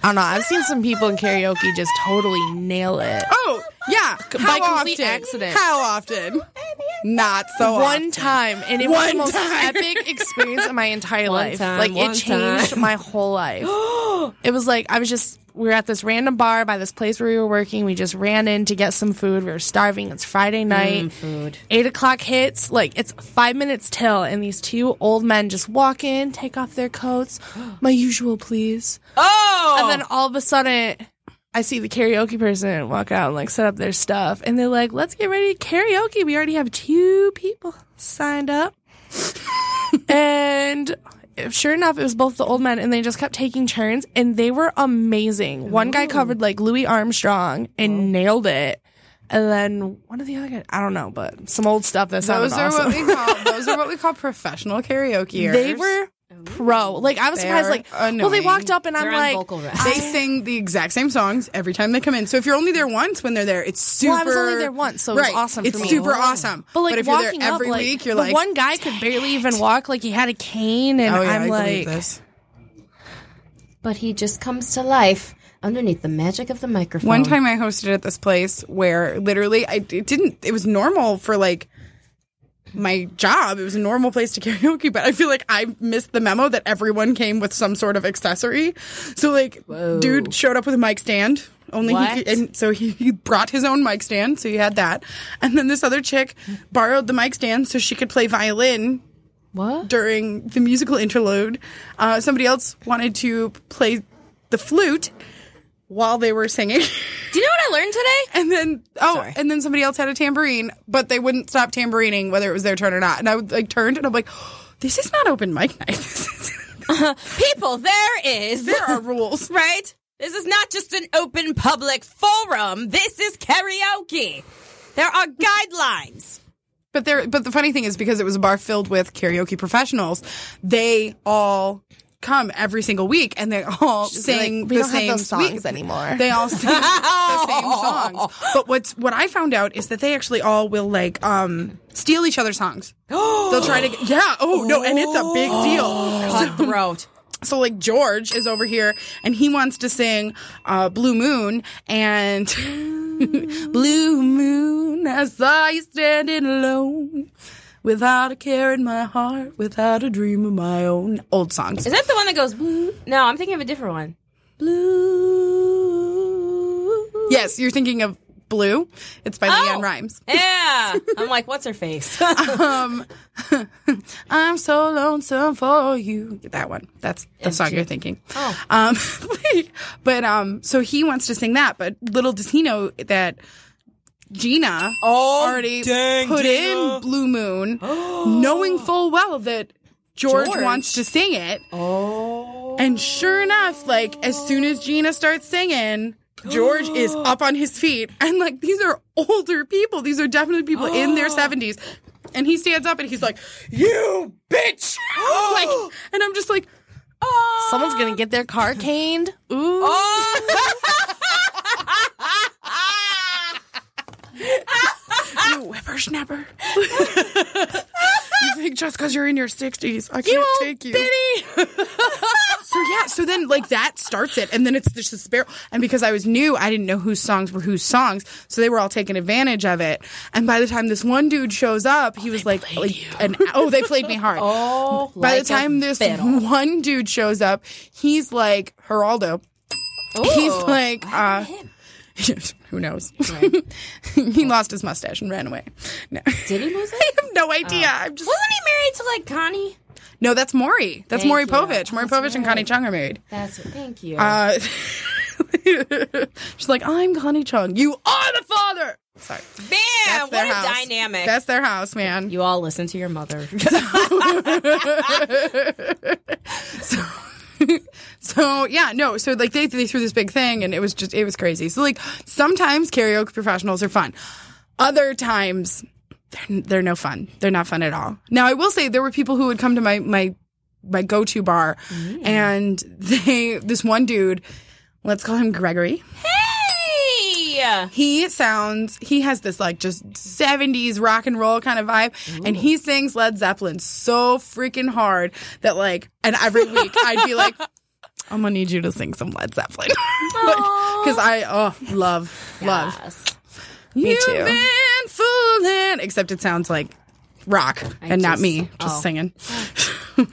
[SPEAKER 7] I don't know. I've seen some people in karaoke just totally nail it.
[SPEAKER 3] Oh, yeah.
[SPEAKER 7] By
[SPEAKER 3] How
[SPEAKER 7] complete
[SPEAKER 3] often?
[SPEAKER 7] accident.
[SPEAKER 3] How often? Not so often.
[SPEAKER 7] One time, and it was
[SPEAKER 3] One
[SPEAKER 7] the most
[SPEAKER 3] time.
[SPEAKER 7] epic experience of my entire
[SPEAKER 2] One
[SPEAKER 7] life.
[SPEAKER 2] time,
[SPEAKER 7] like
[SPEAKER 2] one
[SPEAKER 7] it changed
[SPEAKER 2] time.
[SPEAKER 7] my whole life. it was like I was just we were at this random bar by this place where we were working. We just ran in to get some food. We were starving. It's Friday night.
[SPEAKER 2] Mm, food.
[SPEAKER 7] Eight o'clock hits. Like it's five minutes till, and these two old men just walk in, take off their coats. my usual, please.
[SPEAKER 5] Oh,
[SPEAKER 7] And then all of a sudden, I see the karaoke person walk out and like set up their stuff. And they're like, let's get ready to karaoke. We already have two people signed up. and sure enough, it was both the old men and they just kept taking turns and they were amazing. One guy covered like Louis Armstrong and nailed it. And then one of the other guys, I don't know, but some old stuff that sounded
[SPEAKER 3] Those are
[SPEAKER 7] awesome.
[SPEAKER 3] what we call those are what we call professional karaoke.
[SPEAKER 7] they were pro. Like I was
[SPEAKER 3] They
[SPEAKER 7] surprised.
[SPEAKER 3] are
[SPEAKER 7] Like, well, they
[SPEAKER 3] annoying.
[SPEAKER 7] walked up and
[SPEAKER 2] They're
[SPEAKER 7] I'm
[SPEAKER 2] on
[SPEAKER 7] like,
[SPEAKER 2] vocal rest.
[SPEAKER 3] They sing the exact same songs every time they come in. So if you're only there once when they're there, it's super.
[SPEAKER 7] Well, I was only there once, so it was
[SPEAKER 3] right.
[SPEAKER 7] awesome for
[SPEAKER 3] It's
[SPEAKER 7] me.
[SPEAKER 3] super awesome.
[SPEAKER 7] But like
[SPEAKER 3] if you're there
[SPEAKER 7] walking
[SPEAKER 3] every
[SPEAKER 7] up, like,
[SPEAKER 3] week, you're
[SPEAKER 7] the
[SPEAKER 3] like
[SPEAKER 7] one guy could barely even walk. Like he had a cane, and
[SPEAKER 3] Oh yeah,
[SPEAKER 7] I'm
[SPEAKER 3] I
[SPEAKER 7] like,
[SPEAKER 3] believe this.
[SPEAKER 2] But he just comes to life underneath the magic of the microphone.
[SPEAKER 7] Oh.
[SPEAKER 3] One time I hosted at this place where literally I it didn't. It was normal for like my job. It was a normal place to karaoke, but I feel like I missed the memo that everyone came with some sort of accessory. So like, dude showed up with a mic stand. Only
[SPEAKER 2] What?
[SPEAKER 3] he could, and so he, he brought his own mic stand, so he had that. And then this other chick borrowed the mic stand so she could play violin
[SPEAKER 2] What?
[SPEAKER 3] during the musical interlude. Uh, somebody else wanted to play the flute while they were singing.
[SPEAKER 2] Do you know what I learned today?
[SPEAKER 3] And then oh, and then somebody else had a tambourine, but they wouldn't stop tambourining whether it was their turn or not. And I would like turned and I'm like, this is not open mic night. This is-
[SPEAKER 2] People, there is.
[SPEAKER 3] there are rules.
[SPEAKER 2] right? This is not just an open public forum. This is karaoke. There are guidelines.
[SPEAKER 3] But there but the funny thing is because it was a bar filled with karaoke professionals, they all come every single week and they all sing
[SPEAKER 7] we
[SPEAKER 3] the
[SPEAKER 7] don't have
[SPEAKER 3] same
[SPEAKER 7] those songs
[SPEAKER 3] week.
[SPEAKER 7] anymore.
[SPEAKER 3] They all sing the same songs. But what's what I found out is that they actually all will like um steal each other's songs. They'll try to yeah, oh no, and it's a big
[SPEAKER 7] Oh.
[SPEAKER 3] deal.
[SPEAKER 2] Cutthroat.
[SPEAKER 3] So like George is over here and he wants to sing uh, Blue Moon and Blue Moon I saw you standing alone without a care in my heart without a dream of my own old songs.
[SPEAKER 2] Is that the one that goes blue? No, I'm thinking of a different one. Blue.
[SPEAKER 3] yes, you're thinking of Blue. It's by
[SPEAKER 2] Oh.
[SPEAKER 3] Leanne Rhymes.
[SPEAKER 2] Yeah. I'm like, what's her face?
[SPEAKER 3] Um, I'm so lonesome for you. That one. That's the song you're thinking.
[SPEAKER 2] Oh.
[SPEAKER 3] Um, but um, so he wants to sing that, but little does he know that Gina
[SPEAKER 2] Oh,
[SPEAKER 3] already put in Blue Moon, knowing full well that George,
[SPEAKER 2] George.
[SPEAKER 3] wants to sing it. Oh. And sure enough, like as soon as Gina starts singing. George is up on his feet, and like these are older people. These are definitely people in their 70s. And he stands up and he's like, You bitch! like, and I'm just like,
[SPEAKER 7] someone's gonna get their car caned.
[SPEAKER 3] Oh.
[SPEAKER 7] Ooh,
[SPEAKER 3] You whippersnapper. you think just because you're in your 60s, I can't take you. so, yeah, so then, like, that starts it. And then it's just this barrel. And because I was new, I didn't know whose songs were whose songs. So they were all taking advantage of it. And by the time this one dude shows up, he was like, like an, oh, they played me hard.
[SPEAKER 2] Oh,
[SPEAKER 3] by
[SPEAKER 2] like
[SPEAKER 3] the time
[SPEAKER 2] a
[SPEAKER 3] this
[SPEAKER 2] fiddle.
[SPEAKER 3] one dude shows up, he's like, Geraldo. He's
[SPEAKER 2] Ooh.
[SPEAKER 3] like, uh, who knows? he lost his mustache and ran away. No.
[SPEAKER 2] Did he lose
[SPEAKER 3] I
[SPEAKER 2] it? Oh.
[SPEAKER 3] have no idea. I'm just
[SPEAKER 2] Wasn't he married to like Connie?
[SPEAKER 3] No, that's Maury. That's
[SPEAKER 2] Thank
[SPEAKER 3] Maury
[SPEAKER 2] you.
[SPEAKER 3] Povich. Maury
[SPEAKER 2] That's
[SPEAKER 3] Povich and
[SPEAKER 2] right.
[SPEAKER 3] Connie Chung are married.
[SPEAKER 2] That's what, thank you.
[SPEAKER 3] Uh, she's like, I'm Connie Chung. You are the father. Sorry.
[SPEAKER 2] Bam!
[SPEAKER 3] That's
[SPEAKER 2] what
[SPEAKER 3] their
[SPEAKER 2] a
[SPEAKER 3] house.
[SPEAKER 2] dynamic.
[SPEAKER 3] That's their house, man.
[SPEAKER 2] you all listen to your mother.
[SPEAKER 3] So yeah, no. So like they they threw this big thing, and it was just it was crazy. So like sometimes karaoke professionals are fun. Other times they're, they're no fun. They're not fun at all. Now I will say there were people who would come to my my my go to bar,
[SPEAKER 2] Mm.
[SPEAKER 3] and they this one dude, let's call him Gregory.
[SPEAKER 2] hey!
[SPEAKER 3] He sounds he has this like just 70s rock and roll kind of vibe and he sings Led Zeppelin so freaking hard that like and every week I'd be like I'm gonna need you to sing some Led Zeppelin because I oh love love
[SPEAKER 2] Yes.
[SPEAKER 3] me You've
[SPEAKER 7] too.
[SPEAKER 3] been fooling except it sounds like rock and not
[SPEAKER 2] just-
[SPEAKER 3] me just
[SPEAKER 2] oh.
[SPEAKER 3] singing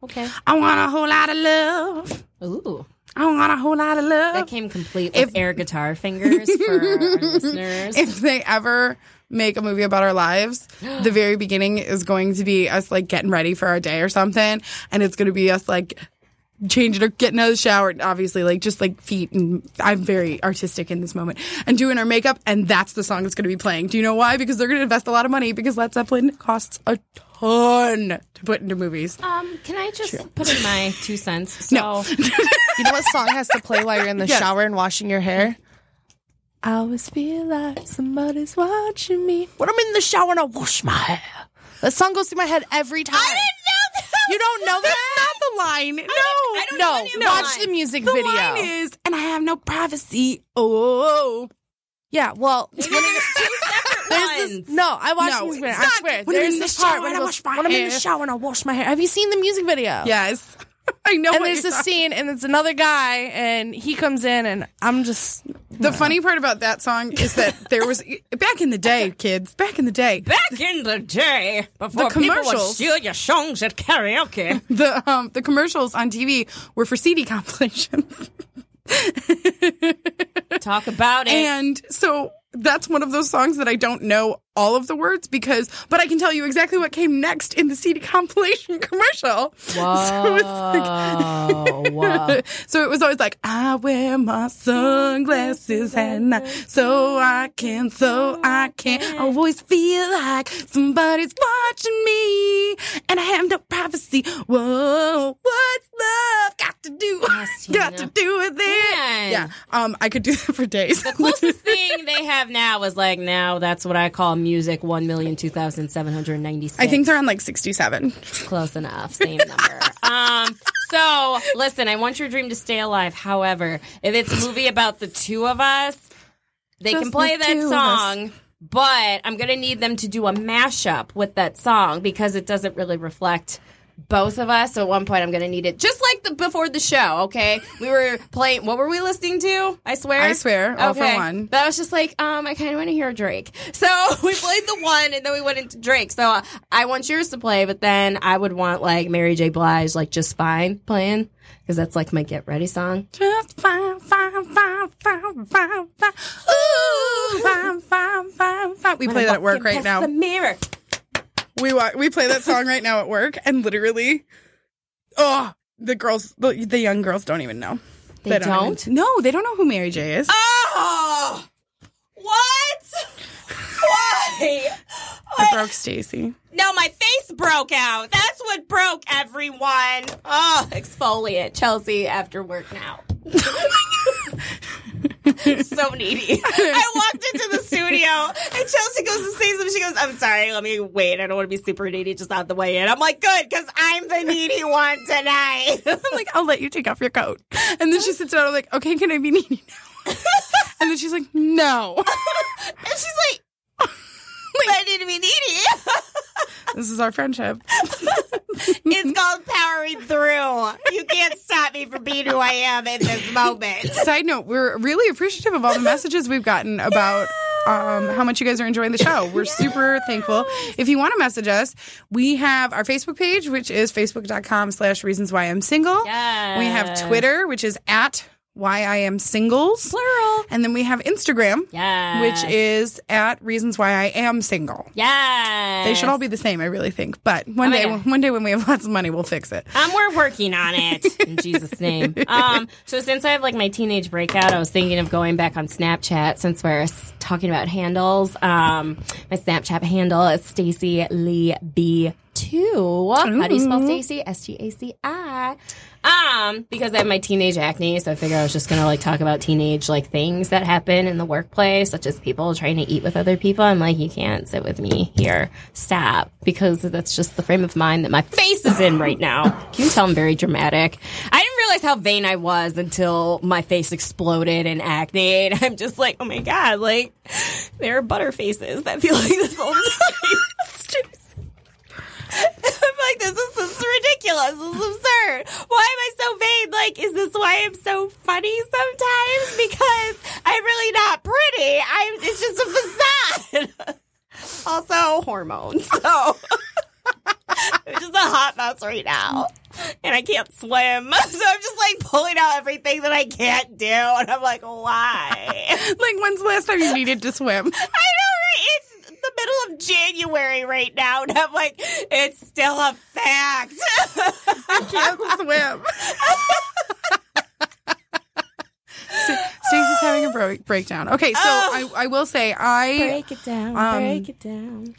[SPEAKER 2] Okay.
[SPEAKER 3] I want a whole lot of love
[SPEAKER 2] Ooh.
[SPEAKER 3] I want a whole lot of love
[SPEAKER 2] That came complete with air guitar fingers for our listeners.
[SPEAKER 3] if they ever make a movie about our lives, the very beginning is going to be us like getting ready for our day or something, and it's going to be us like changing or getting out of the shower, and obviously like just like feet. And I'm very artistic in this moment, and doing our makeup, and that's the song that's going to be playing. Do you know why? Because they're going to invest a lot of money because Led Zeppelin costs a ton to put into movies.
[SPEAKER 2] um, can I just put in my two cents? So,
[SPEAKER 3] No.
[SPEAKER 7] You know what song has to play while you're in the
[SPEAKER 3] Yes.
[SPEAKER 7] shower and washing your hair? I always feel like somebody's watching me when I'm in the shower and I wash my hair. That song goes through my head every time. You don't know that?
[SPEAKER 3] Not the line. No.
[SPEAKER 2] I don't know any of the
[SPEAKER 7] no, watch
[SPEAKER 2] lines.
[SPEAKER 7] the music
[SPEAKER 3] the
[SPEAKER 7] video.
[SPEAKER 3] line is, and I have no privacy. Oh,
[SPEAKER 7] yeah, well,
[SPEAKER 2] Maybe there's two separate ones.
[SPEAKER 7] no, I watched
[SPEAKER 3] No,
[SPEAKER 7] the music
[SPEAKER 3] it's
[SPEAKER 7] video.
[SPEAKER 3] not.
[SPEAKER 7] I swear,
[SPEAKER 3] When I'm
[SPEAKER 7] there's
[SPEAKER 3] in the
[SPEAKER 7] this part
[SPEAKER 3] shower
[SPEAKER 7] when,
[SPEAKER 3] and I
[SPEAKER 7] I goes,
[SPEAKER 3] wash my
[SPEAKER 7] when I'm in the
[SPEAKER 3] hair."
[SPEAKER 7] shower and I wash my hair. Have you seen the music video?
[SPEAKER 3] yes. I know.
[SPEAKER 7] And
[SPEAKER 3] what
[SPEAKER 7] there's
[SPEAKER 3] you're
[SPEAKER 7] this scene, and it's another guy, and he comes in, and I'm just
[SPEAKER 3] The funny part about that song is that there was back in the day, kids. Back in the day,
[SPEAKER 2] Back in the day, before
[SPEAKER 3] The commercials.
[SPEAKER 2] your songs at karaoke.
[SPEAKER 3] the um, the commercials on TV were for CD compilations,
[SPEAKER 2] Talk about it.
[SPEAKER 3] and so that's one of those songs that I don't know all of the words because, but I can tell you exactly what came next in the CD compilation commercial. So it's like- so it was always like, I wear my sunglasses at night so I can, so I can always feel like somebody's watching me and I have no privacy. Whoa, what's love got to do?
[SPEAKER 2] Yes,
[SPEAKER 3] got to
[SPEAKER 2] Tina.
[SPEAKER 3] do with it.
[SPEAKER 2] Man.
[SPEAKER 3] Yeah. Um, I could do that for days.
[SPEAKER 2] Closest thing they have now is like now that's what I call music 1,2796.
[SPEAKER 3] I think they're on like 67.
[SPEAKER 2] close enough. Same number. Um, so listen, I want your dream to stay alive. However, if it's a movie about the two of us, they can
[SPEAKER 3] Just
[SPEAKER 2] play
[SPEAKER 3] the
[SPEAKER 2] that
[SPEAKER 3] two of
[SPEAKER 2] song. But I'm gonna need them to do a mashup with that song because it doesn't really reflect both of us. So at one point, I'm gonna need it just like the before the show. Okay, we were playing. What were we listening to? I swear.
[SPEAKER 3] I swear, all for one.
[SPEAKER 2] That was just like, um, I kind of want to hear Drake. So we played the one, and then we went into Drake. So uh, I want yours to play, but then I would want like Mary J. Blige, like just fine playing because that's like my get ready song.
[SPEAKER 3] Just fine, fine, fine, fine, fine, fine. Ooh, fine, fine, fine, fine. We play that at work right now.
[SPEAKER 2] The mirror.
[SPEAKER 3] We wa- we play that song right now at work, and literally, oh, the girls, the, the young girls don't even know.
[SPEAKER 2] They
[SPEAKER 3] even-
[SPEAKER 2] don't?
[SPEAKER 3] no, they don't know who Mary J is.
[SPEAKER 2] Oh, what? Why?
[SPEAKER 3] I broke Stacy.
[SPEAKER 2] No, my face broke out. That's what broke everyone. Oh, exfoliate, Chelsea, after work now. so needy. Oh I walked into the studio and Chelsea goes to say something. She goes, I'm sorry, let me wait. I don't want to be super needy just on the way in. I'm like, good, because I'm the needy one tonight.
[SPEAKER 3] I'm like, I'll let you take off your coat, and then she sits down. I'm like, okay, can I be needy now? and then she's like, no.
[SPEAKER 2] and she's like, but I need to be needy.
[SPEAKER 3] this is our friendship.
[SPEAKER 2] It's called powering through. You can't stop me from being who I am in this moment.
[SPEAKER 3] Side note, we're really appreciative of all the messages we've gotten about um, how much you guys are enjoying the show. We're super thankful. If you want to message us, we have our Facebook page, which is facebook.com slash reasons why I'm single. We have
[SPEAKER 2] Yes.
[SPEAKER 3] Twitter, which is at Why I Am Singles.
[SPEAKER 2] Plural.
[SPEAKER 3] And then we have Instagram,
[SPEAKER 2] Yeah.
[SPEAKER 3] which is at Reasons Why I Am Single.
[SPEAKER 2] yeah.
[SPEAKER 3] They should all be the same, I really think. But one
[SPEAKER 2] my
[SPEAKER 3] day,
[SPEAKER 2] God.
[SPEAKER 3] one day when we have lots of money, we'll fix it.
[SPEAKER 2] Um, we're working on it in Jesus' name. Um, so since I have like my teenage breakout, I was thinking of going back on Snapchat since we're s- talking about handles. Um, my Snapchat handle is Stacy Lee B two. How do you spell Stacy? S T A C I. Um, because I have my teenage acne, so I figured I was just gonna like talk about teenage like things that happen in the workplace, such as people trying to eat with other people. I'm like, you can't sit with me here. Stop. Because that's just the frame of mind that my face is in right now. Can you tell I'm very dramatic? I didn't realize how vain I was until my face exploded in acne. And I'm just like, oh my god, like there are butter faces that feel like this all the time. It's just- I'm like, this is, this is ridiculous. This is absurd. Why am I so vain? Like, is this why I'm so funny sometimes? Because I'm really not pretty. I'm. It's just a facade. Also, hormones. So it's just a hot mess right now. And I can't swim. So I'm just like pulling out everything that I can't do. And I'm like, why?
[SPEAKER 3] Like, when's the last time you needed to swim?
[SPEAKER 2] I know, right? It's the middle of January right now, and I'm like, it's still a fact.
[SPEAKER 3] can't swim. Stacey's having a break- breakdown. Okay, so I, I will say I
[SPEAKER 2] it down.
[SPEAKER 3] Um, break
[SPEAKER 2] it down.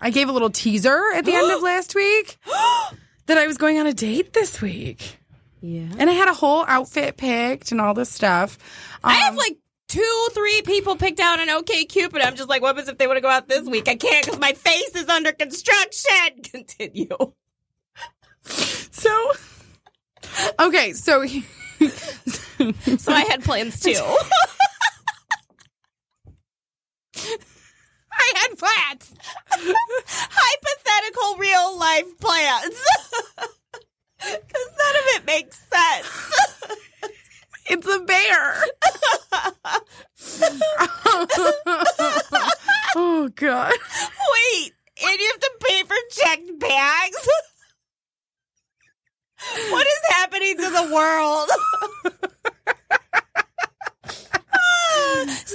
[SPEAKER 3] I gave a little teaser at the end of last week that I was going on a date this week,
[SPEAKER 2] Yeah.
[SPEAKER 3] and I had a whole outfit picked and all this stuff. Um,
[SPEAKER 2] I have like two, three people picked out an OK Cupid. I'm just like, what happens if they want to go out this week? I can't because my face is under construction. Continue.
[SPEAKER 3] so. Okay, so
[SPEAKER 2] So I had plans too. I had plans. Hypothetical real life plans. Because none of it makes sense.
[SPEAKER 3] it's a bear. oh god.
[SPEAKER 2] Wait, and you have to pay for checked bags? What is happening to the world?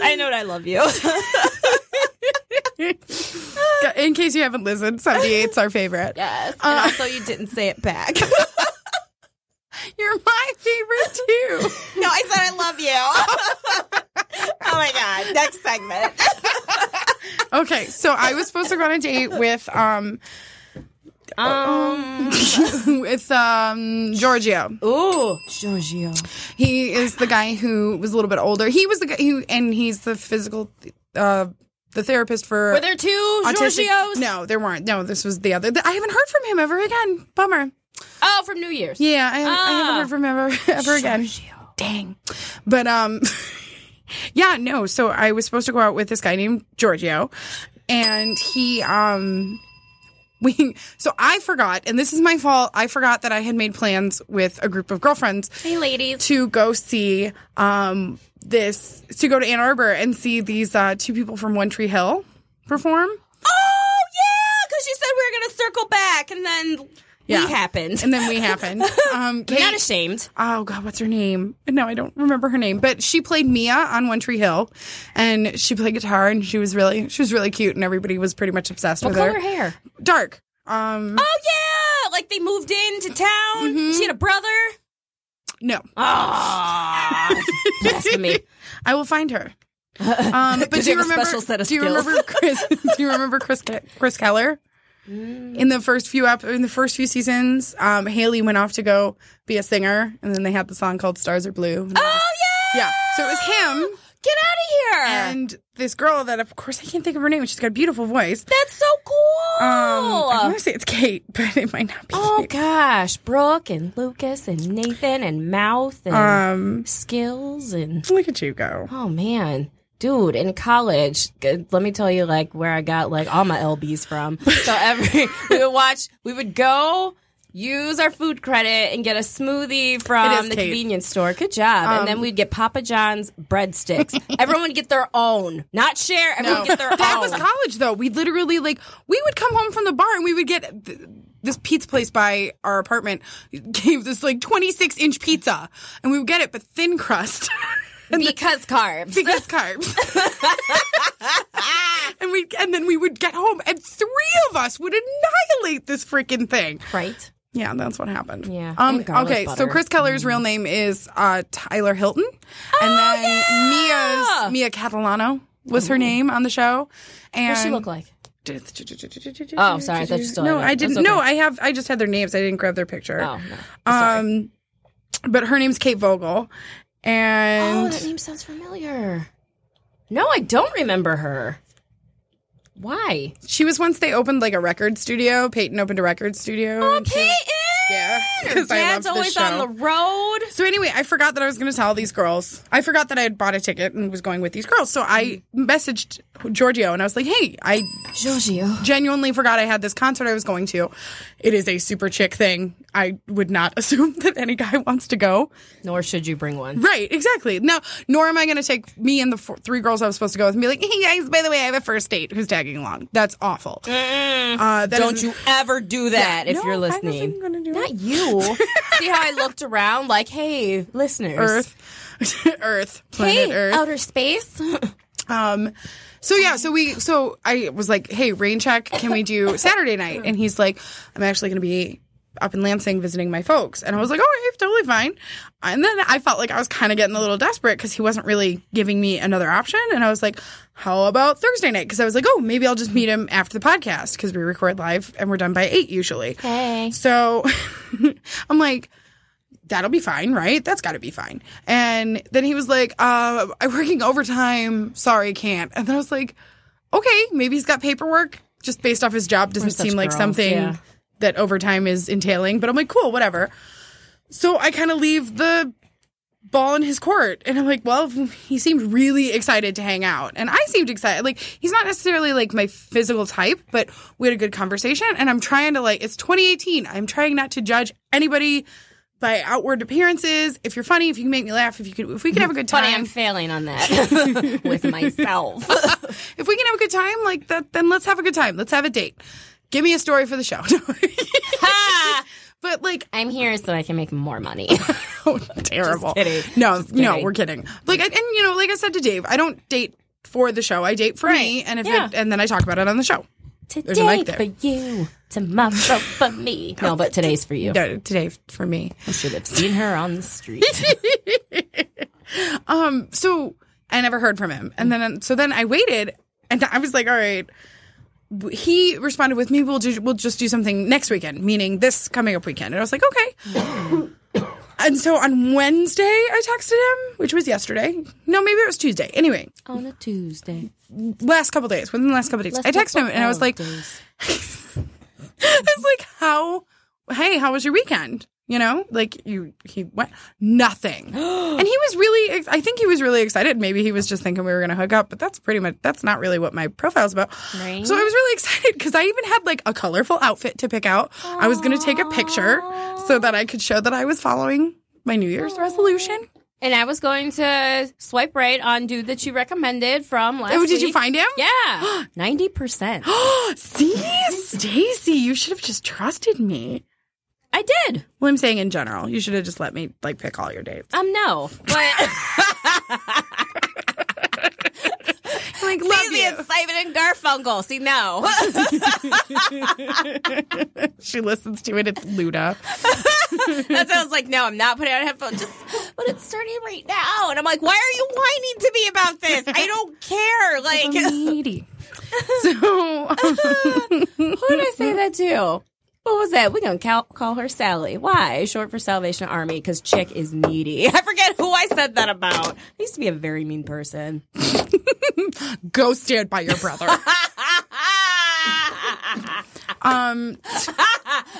[SPEAKER 2] I know I love you.
[SPEAKER 3] In case you haven't listened, 78's our favorite.
[SPEAKER 2] Yes. And
[SPEAKER 3] Uh,
[SPEAKER 2] also, you didn't say it back.
[SPEAKER 3] You're my favorite too.
[SPEAKER 2] No, I said I love you. oh my god! Next segment.
[SPEAKER 3] Okay, so I was supposed to go on a date with um
[SPEAKER 2] Um.
[SPEAKER 3] with um Giorgio.
[SPEAKER 2] Ooh, Giorgio.
[SPEAKER 3] He is the guy who was a little bit older. He was the guy who and he's the physical uh the therapist for
[SPEAKER 2] Were there two
[SPEAKER 3] autistic-
[SPEAKER 2] Giorgios?
[SPEAKER 3] No, there weren't. No, this was the other. I haven't heard from him ever again. Bummer.
[SPEAKER 2] Oh, from New Year's.
[SPEAKER 3] Yeah, I, I haven't
[SPEAKER 2] Ah.
[SPEAKER 3] heard from him ever, ever again. Dang. But um yeah, no. So I was supposed to go out with this guy named Giorgio and he um we so I forgot and this is my fault. I forgot that I had made plans with a group of girlfriends
[SPEAKER 2] Hey, ladies.
[SPEAKER 3] to go see um this to go to Ann Arbor and see these uh two people from One Tree Hill perform.
[SPEAKER 2] Oh yeah, because you said we were gonna circle back, and then
[SPEAKER 3] Yeah.
[SPEAKER 2] we happened.
[SPEAKER 3] And then we happened. Um Kate,
[SPEAKER 2] Not ashamed.
[SPEAKER 3] oh god, what's her name? No, I don't remember her name, but she played Mia on One Tree Hill, and she played guitar, and she was really she was really cute, and everybody was pretty much obsessed
[SPEAKER 2] What
[SPEAKER 3] with
[SPEAKER 2] color
[SPEAKER 3] her.
[SPEAKER 2] hair?
[SPEAKER 3] Dark. Um,
[SPEAKER 2] Oh yeah, like they moved into town. She had a brother.
[SPEAKER 3] no,
[SPEAKER 2] oh, Ah, blasphemy.
[SPEAKER 3] I will find her. Um, but
[SPEAKER 2] Does
[SPEAKER 3] do
[SPEAKER 2] she
[SPEAKER 3] you
[SPEAKER 2] have a
[SPEAKER 3] remember?
[SPEAKER 2] special set of
[SPEAKER 3] do you
[SPEAKER 2] skills? Mm.
[SPEAKER 3] remember Chris? do you remember Chris? Ke- Chris Keller? In the first few ep- in the first few seasons, um, Haley went off to go be a singer, and then they had the song called "Stars Are Blue."
[SPEAKER 2] Oh yeah.
[SPEAKER 3] Yeah, so it was him
[SPEAKER 2] Get out of here.
[SPEAKER 3] and this girl that, of course, I can't think of her name. She's got a beautiful voice.
[SPEAKER 2] That's so cool.
[SPEAKER 3] Um, I want to say it's Kate, but it might not be.
[SPEAKER 2] Oh gosh, Brooke and Lucas and Nathan and Mouth and
[SPEAKER 3] Um,
[SPEAKER 2] Skills and
[SPEAKER 3] look at you go.
[SPEAKER 2] oh man, dude, in college, g- let me tell you like where I got like all my LBs from. So every we would watch, we would go use our food credit and get a smoothie
[SPEAKER 3] It
[SPEAKER 2] from
[SPEAKER 3] is
[SPEAKER 2] the
[SPEAKER 3] Kate. Um,
[SPEAKER 2] convenience store. Good job, and then we'd get Papa John's breadsticks. Everyone would get their own, not share. Everyone would get their
[SPEAKER 3] that
[SPEAKER 2] own.
[SPEAKER 3] was college, though. We literally like we would come home from the bar and we would get th- this pizza place by our apartment gave this like 26 inch pizza, and we would get it, but thin crust. and the-
[SPEAKER 2] because carbs.
[SPEAKER 3] because carbs. and we and then we would get home, and three of us would annihilate this freaking thing.
[SPEAKER 2] right.
[SPEAKER 3] Yeah, that's what happened.
[SPEAKER 2] Yeah,
[SPEAKER 3] Um,
[SPEAKER 2] and garlic
[SPEAKER 3] okay, so
[SPEAKER 2] butter. Mm-hmm.
[SPEAKER 3] Chris Keller's real name is uh, Tyler Hilton, and
[SPEAKER 2] Oh,
[SPEAKER 3] then Mia's Mia Catalano was her name on the show. And
[SPEAKER 2] What
[SPEAKER 3] Um,
[SPEAKER 2] does she look like?
[SPEAKER 3] Oh,
[SPEAKER 2] sorry, I thought you still
[SPEAKER 3] No,
[SPEAKER 2] had it.
[SPEAKER 3] I
[SPEAKER 2] That's
[SPEAKER 3] didn't. No,
[SPEAKER 2] okay.
[SPEAKER 3] I have. I just had their names. I didn't grab their picture.
[SPEAKER 2] Oh, no.
[SPEAKER 3] Um, but her name's Kate Vogel,
[SPEAKER 2] oh,
[SPEAKER 3] and
[SPEAKER 2] that name sounds familiar. No, I don't remember her. Why?
[SPEAKER 3] she was once they opened like a record studio. Peyton opened a record studio.
[SPEAKER 2] Oh,
[SPEAKER 3] and she-
[SPEAKER 2] Peyton!
[SPEAKER 3] Yeah,
[SPEAKER 2] Her
[SPEAKER 3] because I love
[SPEAKER 2] dad's
[SPEAKER 3] this
[SPEAKER 2] always
[SPEAKER 3] show.
[SPEAKER 2] on the road.
[SPEAKER 3] So anyway, I forgot that I was going to tell these girls. I forgot that I had bought a ticket and was going with these girls. So I messaged Giorgio and I was like, "Hey, I
[SPEAKER 2] Giorgio.
[SPEAKER 3] genuinely forgot I had this concert I was going to. It is a super chick thing. I would not assume that any guy wants to go."
[SPEAKER 2] Nor should you bring one.
[SPEAKER 3] Right, exactly. Now, nor am I going to take me and the four, three girls I was supposed to go with and be like, "Hey guys, by the way, I have a first date who's tagging along." That's awful. Uh, that
[SPEAKER 2] Don't
[SPEAKER 3] is-
[SPEAKER 2] you ever do that if you're listening. Not you. See how I looked around like, hey, listeners.
[SPEAKER 3] Earth, Earth, planet
[SPEAKER 2] Hey,
[SPEAKER 3] Earth,
[SPEAKER 2] outer space.
[SPEAKER 3] Um, so yeah, so we, so I was like, hey, rain check, can we do Saturday night? And he's like, I'm actually going to be up in Lansing visiting my folks. And I was like, all right, totally fine. And then I felt like I was kind of getting a little desperate because he wasn't really giving me another option. And I was like, how about Thursday night? Because I was like, oh, maybe I'll just meet him after the podcast because we record live and we're done by eight usually.
[SPEAKER 2] hey.
[SPEAKER 3] So I'm like, that'll be fine, right? That's got to be fine. And then he was like, uh, I'm working overtime. Sorry, can't. And then I was like, okay, maybe he's got paperwork. Just based off his job, doesn't
[SPEAKER 2] such
[SPEAKER 3] seem like
[SPEAKER 2] girls,
[SPEAKER 3] something
[SPEAKER 2] yeah.
[SPEAKER 3] that overtime is entailing. But I'm like, cool, whatever. So I kind of leave the ball in his court. And I'm like, well, he seemed really excited to hang out. And I seemed excited. Like, he's not necessarily like my physical type, but we had a good conversation. And I'm trying to, like, it's 2018. I'm trying not to judge anybody by outward appearances. If you're funny, if you can make me laugh, if you could, if we can have a good time.
[SPEAKER 2] Funny, I'm failing on that with myself.
[SPEAKER 3] if we can have a good time, like that, then let's have a good time. Let's have a date. Give me a story for the show. but like,
[SPEAKER 2] I'm here so I can make more money.
[SPEAKER 3] oh, terrible.
[SPEAKER 2] kidding.
[SPEAKER 3] No, no,
[SPEAKER 2] kidding.
[SPEAKER 3] we're kidding. Like, I, and you know, like I said to Dave, I don't date for the show. I date for me, and if
[SPEAKER 2] Yeah.
[SPEAKER 3] it, and then I talk about it on the show. a
[SPEAKER 2] Today
[SPEAKER 3] mic there.
[SPEAKER 2] for you, tomorrow for me. No, but today's for you.
[SPEAKER 3] No, today for me.
[SPEAKER 2] I should have seen her on the street.
[SPEAKER 3] so I never heard from him. And then so then I waited and I was like, all right. He responded with, maybe we'll, do, we'll just do something next weekend, meaning this coming up weekend. And I was like, okay. and so on Wednesday, I texted him, which was yesterday. No, maybe it was Tuesday. Anyway,
[SPEAKER 2] on a Tuesday.
[SPEAKER 3] last couple days, within the last couple days,
[SPEAKER 2] Let's
[SPEAKER 3] I
[SPEAKER 2] talk
[SPEAKER 3] texted him
[SPEAKER 2] about
[SPEAKER 3] and I was like,
[SPEAKER 2] holidays.
[SPEAKER 3] I was like, how? Hey, how was your weekend? You know, like you, he went nothing, and he was really. ex- I think he was really excited. Maybe he was just thinking we were going to hook up, but that's pretty much that's not really what my profile's about.
[SPEAKER 2] Right.
[SPEAKER 3] So I was really excited because I even had like a colorful outfit to pick out. I was going to take a picture so that I could show that I was following my New Year's resolution.
[SPEAKER 2] and I was going to swipe right on dude that you recommended from last
[SPEAKER 3] Oh, did you
[SPEAKER 2] week.
[SPEAKER 3] find him?
[SPEAKER 2] Yeah, ninety percent.
[SPEAKER 3] See, Stacy, you should have just trusted me.
[SPEAKER 2] I did.
[SPEAKER 3] Well, I'm saying in general, you should have just let me like pick all your dates.
[SPEAKER 2] Um, no, but
[SPEAKER 3] Like, love
[SPEAKER 2] See,
[SPEAKER 3] you.
[SPEAKER 2] it's Simon and Garfunkel. See, no,
[SPEAKER 3] She listens to it. It's Luda.
[SPEAKER 2] that's why I was like, no, I'm not putting on headphones. Just, but it's starting right now, and I'm like, why are you whining to me about this? I don't care. Like,
[SPEAKER 3] So
[SPEAKER 2] who did I say that to? What was that? We're going to cal- call her Sally. Why? Short for Salvation Army because chick is needy. I forget who I said that about. I used to be a very mean person.
[SPEAKER 3] go stand by your brother.
[SPEAKER 2] Ah!
[SPEAKER 3] Um,
[SPEAKER 2] Uh,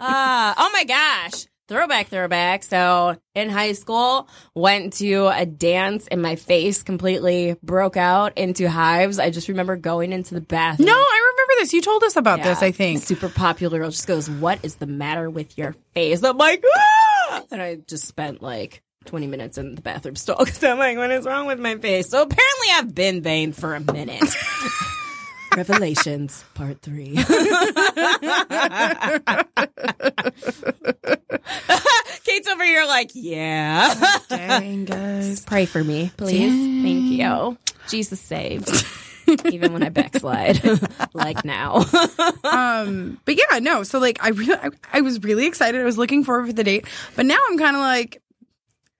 [SPEAKER 2] oh my gosh. Throwback, throwback. So in high school, went to a dance and my face completely broke out into hives. I just remember going into the bathroom.
[SPEAKER 3] no, I remember this. You told us about
[SPEAKER 2] Yeah.
[SPEAKER 3] this. I think.
[SPEAKER 2] Super popular girl just goes, What is the matter with your face? I'm like, ah! And I just spent like 20 minutes in the bathroom stall because I'm like, What is wrong with my face? So apparently I've been vain for a minute.
[SPEAKER 8] Revelations, part three.
[SPEAKER 2] Kate's over here like, yeah.
[SPEAKER 3] Dang, guys.
[SPEAKER 2] Pray for me, please. Thank you. Jesus saves. Even when I backslide, like now.
[SPEAKER 3] Um, but yeah, no. So like, I really, I, I was really excited. I was looking forward for the date, but now I'm kind of like,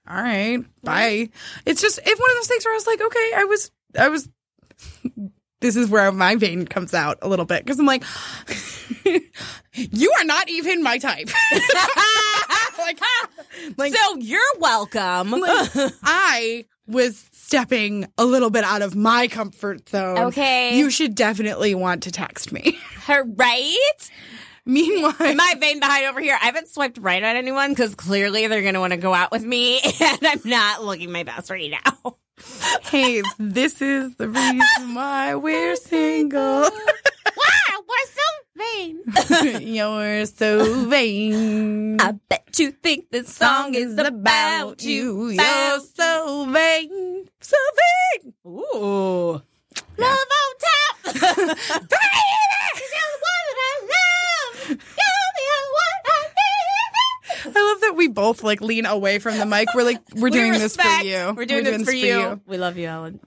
[SPEAKER 3] all right, bye. It's just it's one of those things where I was like, okay, I was, I was. This is where my vein comes out a little bit because I'm like, you are not even my type. like, like
[SPEAKER 2] so you're welcome.
[SPEAKER 3] I was stepping a little bit out of my comfort zone.
[SPEAKER 2] Okay.
[SPEAKER 3] you should definitely want to text me.
[SPEAKER 2] right?
[SPEAKER 3] Meanwhile,
[SPEAKER 2] My vein behind over here. I haven't swiped right on anyone because clearly they're going to want to go out with me, and I'm not looking my best right now.
[SPEAKER 3] hey, this is the reason why we're single.
[SPEAKER 2] Wow, we're so vain.
[SPEAKER 3] You're so vain.
[SPEAKER 2] I bet you think this song is about you.
[SPEAKER 3] You're so vain. So vain.
[SPEAKER 2] Ooh. Love on top. Oh, Baby! You're the one that I love. You're the one I need.
[SPEAKER 3] I love that we both like lean away from the mic. We're like, we're doing
[SPEAKER 2] We
[SPEAKER 3] this for
[SPEAKER 2] respect-
[SPEAKER 3] you.
[SPEAKER 2] We're doing this for you. We love you, Ellen.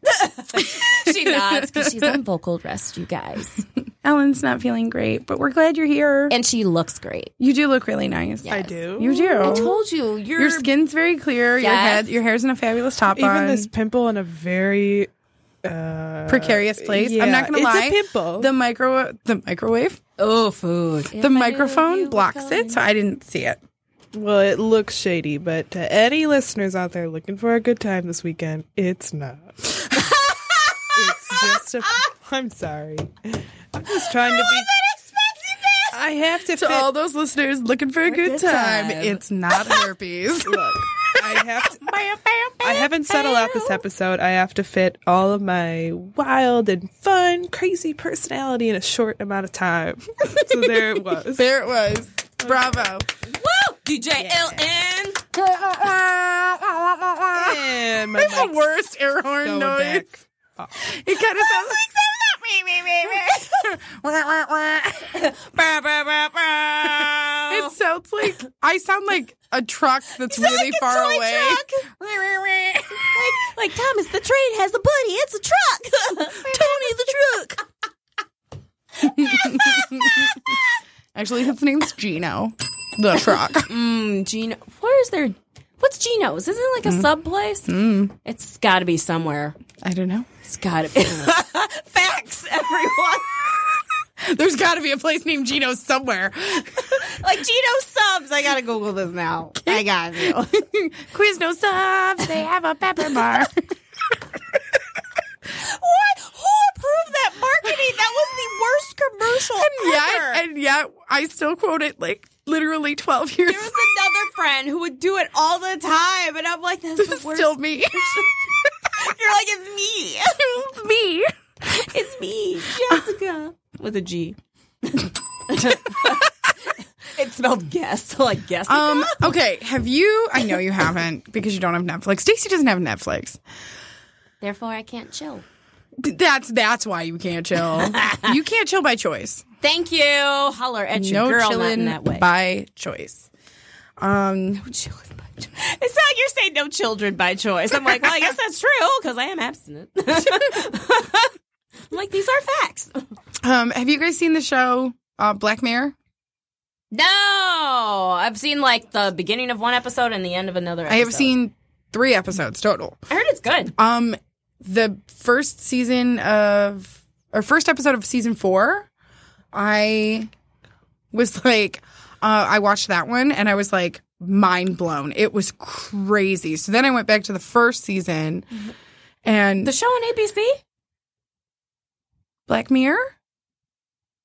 [SPEAKER 2] she nods.
[SPEAKER 8] Because she's on vocal rest, you guys.
[SPEAKER 3] Ellen's not feeling great, but we're glad you're here.
[SPEAKER 8] And she looks great.
[SPEAKER 3] You do look really nice.
[SPEAKER 5] I do.
[SPEAKER 3] You do.
[SPEAKER 2] Oh.
[SPEAKER 8] I told you, you're.
[SPEAKER 3] Your skin's very clear. Your
[SPEAKER 8] Yes.
[SPEAKER 3] head, your hair's in a fabulous top on.
[SPEAKER 5] Even this pimple in a very uh,
[SPEAKER 3] precarious place. I'm not going to
[SPEAKER 5] it's
[SPEAKER 3] lie.
[SPEAKER 5] a pimple.
[SPEAKER 3] The micro, the microwave,
[SPEAKER 2] Oh, food.
[SPEAKER 3] the microphone blocks it, so I didn't see it.
[SPEAKER 5] well, it looks shady, but to any listeners out there looking for a good time this weekend, it's not. it's just a. I'm sorry. I'm just trying to be. I have to fit.
[SPEAKER 3] To all those listeners looking for a good time, it's not herpes.
[SPEAKER 5] Look, I have to. I haven't settled out this episode. I have to fit all of my wild and fun, crazy personality in a short amount of time. So there it was.
[SPEAKER 3] there it was. Bravo.
[SPEAKER 2] Woo! DJ LN.
[SPEAKER 5] And my
[SPEAKER 3] The
[SPEAKER 5] mic's
[SPEAKER 3] worst air horn
[SPEAKER 5] going
[SPEAKER 3] noise.
[SPEAKER 5] back.
[SPEAKER 3] It kind of sounds
[SPEAKER 2] Bah, bah, bah, bah.
[SPEAKER 3] like it sounds like I sound like a truck that's really
[SPEAKER 2] like a
[SPEAKER 3] far
[SPEAKER 2] toy
[SPEAKER 3] away.
[SPEAKER 2] truck. like, like Thomas, the train has a buddy. It's a truck. Tony the truck.
[SPEAKER 3] Actually, his name's Gino. The truck.
[SPEAKER 2] Mm, Gino. Where is there? What's Gino's? Isn't it like a sub place? Mm. It's got to be somewhere.
[SPEAKER 3] I don't know.
[SPEAKER 2] It's got to be. Facts, everyone.
[SPEAKER 3] There's got to be a place named Gino somewhere.
[SPEAKER 2] like Gino subs. I gotta Google this now. I got you.
[SPEAKER 3] Quizno subs. They have a pepper bar.
[SPEAKER 2] What? Who approved that marketing? That was the worst commercial ever.
[SPEAKER 3] Yeah, and yet I still quote it like literally 12 years.
[SPEAKER 2] there was another friend who would do it all the time, and I'm like, that's
[SPEAKER 3] It's
[SPEAKER 2] the worst.
[SPEAKER 3] still me.
[SPEAKER 2] You're like, it's me.
[SPEAKER 3] me.
[SPEAKER 2] it's me, Jessica. With a G. it spelled guess, so like guess.
[SPEAKER 3] Um, okay, have you? I know you haven't because you don't have Netflix. Stacy doesn't have Netflix.
[SPEAKER 8] Therefore, I can't chill.
[SPEAKER 3] D- That's that's why you can't chill. you can't chill by choice.
[SPEAKER 2] Thank you. Holler at your
[SPEAKER 3] No
[SPEAKER 2] girl not in
[SPEAKER 3] chilling
[SPEAKER 2] that way.
[SPEAKER 3] by choice. Um,
[SPEAKER 2] Children by choice. It's not you're saying no children by choice. I'm like, well, I guess that's true because I am abstinent. I'm like, these are facts.
[SPEAKER 3] um, have you guys seen the show uh, Black Mirror?
[SPEAKER 2] No, I've seen like the beginning of one episode and the end of another. Episode.
[SPEAKER 3] I have seen three episodes total.
[SPEAKER 2] I heard it's good.
[SPEAKER 3] Um, the first season of or first episode of season four, I was like, uh, I watched that one and I was like mind blown. It was crazy. So then I went back to the first season, and
[SPEAKER 2] The show on ABC.
[SPEAKER 3] Black Mirror,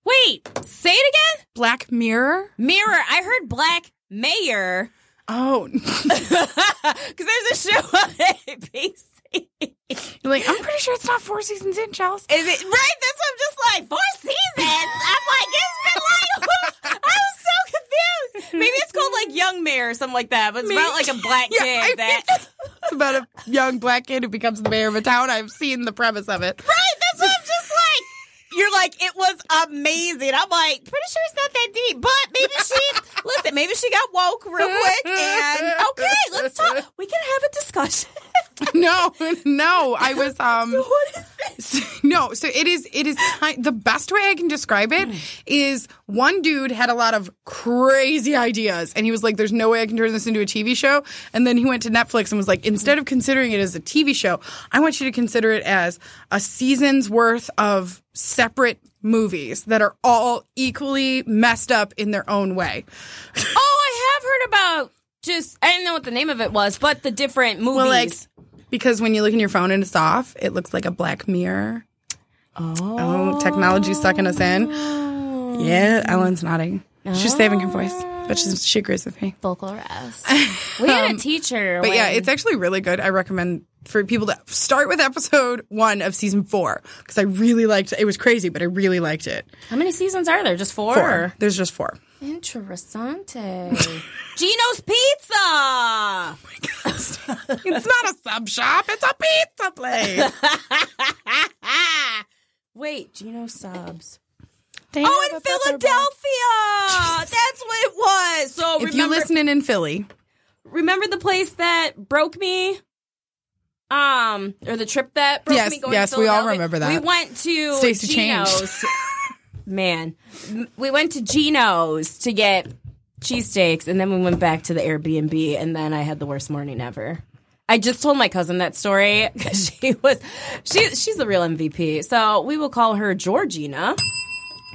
[SPEAKER 2] Wait, say it again.
[SPEAKER 3] Black Mirror.
[SPEAKER 2] Mirror. I heard Black Mayor
[SPEAKER 3] Oh,
[SPEAKER 2] because there's a show on ABC. Is
[SPEAKER 3] You're like I'm pretty sure it's not four seasons in, Chels.
[SPEAKER 2] it right? That's what I'm just like four seasons. I'm like it's been like I was so confused. Maybe it's called like Young Mayor or something like that. But it's about like a black
[SPEAKER 3] Yeah,
[SPEAKER 2] kid
[SPEAKER 3] I mean-
[SPEAKER 2] that.
[SPEAKER 3] It's about a young black kid who becomes the mayor of a town. I've seen the premise of it.
[SPEAKER 2] Right, that's what I'm just like. You're like, it was amazing. I'm like, pretty sure it's not that deep, but maybe she, listen, maybe she got woke real quick and okay, let's talk. We can have a discussion.
[SPEAKER 3] no, no. I was um
[SPEAKER 2] what is this?
[SPEAKER 3] no. So it is. It is ki- the best way I can describe it is one dude had a lot of crazy ideas, and he was like, "There's no way I can turn this into a TV show." And then he went to Netflix and was like, "Instead of considering it as a TV show, I want you to consider it as a season's worth of." Separate movies that are all equally messed up in their own way.
[SPEAKER 2] Oh, I have heard about just, I didn't know what the name of it was, but the different movies.
[SPEAKER 3] Well, like because when you look in your phone and it's off, it looks like a black mirror. Oh, technology sucking us in. Yeah, Ellen's nodding. She's saving her voice, but she's, she agrees with me.
[SPEAKER 9] vocal rest.
[SPEAKER 2] we had a teacher.
[SPEAKER 3] Um, But yeah,
[SPEAKER 2] when-
[SPEAKER 3] it's actually really good. I recommend for people to start with episode one of season four because I really liked it. It was crazy, but I really liked it.
[SPEAKER 2] How many seasons are there? Just four?
[SPEAKER 3] Four. There's just four.
[SPEAKER 9] Interessante.
[SPEAKER 2] Gino's Pizza.
[SPEAKER 3] It's not a sub shop, it's a pizza place.
[SPEAKER 9] Wait, Gino subs.
[SPEAKER 2] Oh, in Philadelphia. That's what it was. So
[SPEAKER 3] if you
[SPEAKER 2] remember,
[SPEAKER 3] listening in Philly,
[SPEAKER 2] remember the place that broke me? Um, or the trip that broke
[SPEAKER 3] Yes,
[SPEAKER 2] me going to
[SPEAKER 3] yes, we all
[SPEAKER 2] Philadelphia?
[SPEAKER 3] remember that.
[SPEAKER 2] We went to
[SPEAKER 3] Stacey Chang's.
[SPEAKER 2] Gino's. Man, M- we went to Gino's to get cheesesteaks and then we went back to the Airbnb and then I had the worst morning ever. I just told my cousin that story 'cause she was she she's the real MVP. So we will call her Georgina.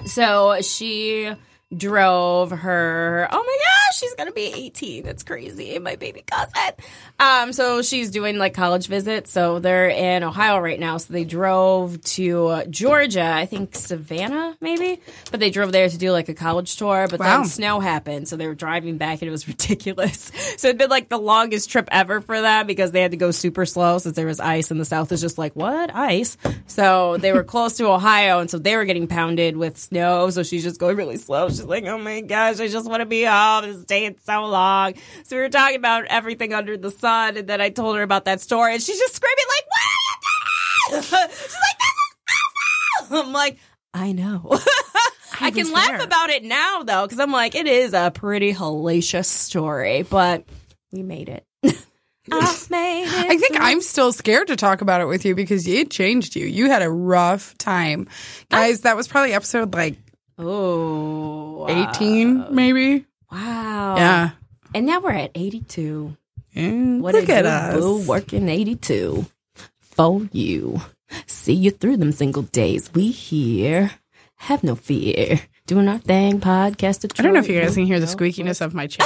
[SPEAKER 2] So she drove her oh my gosh she's gonna be 18 that's crazy my baby cousin um so she's doing like college visits so they're in ohio right now so they drove to uh, georgia i think savannah maybe but they drove there to do like a college tour but
[SPEAKER 3] Wow.
[SPEAKER 2] then snow happened so they were driving back and it was ridiculous so it'd been like the longest trip ever for them because they had to go super slow since there was ice and the south is just like what ice so they were close to ohio and so they were getting pounded with snow so she's just going really slow she's like oh my gosh i just want to be home it's taking so long so we were talking about everything under the sun and then i told her about that story and she's just screaming like what are you doing she's like this is awful i'm like i know I can laugh about it now though, because I'm like, it is a pretty hellacious story, but we made it. I made it.
[SPEAKER 3] I think I'm still scared to talk about it with you because it changed you. You had a rough time. Guys, that was probably episode like
[SPEAKER 2] Oh,
[SPEAKER 3] 18, maybe.
[SPEAKER 2] wow.
[SPEAKER 3] Yeah.
[SPEAKER 2] And now we're at 82.
[SPEAKER 3] Mm,
[SPEAKER 2] What
[SPEAKER 3] Look
[SPEAKER 2] a
[SPEAKER 3] at
[SPEAKER 2] do,
[SPEAKER 3] us.
[SPEAKER 2] Boo, working 82 for you. See you through them single days. We here. Have no fear. Doing our thing, podcast.
[SPEAKER 3] I don't know if you guys can hear the squeakiness of my chair.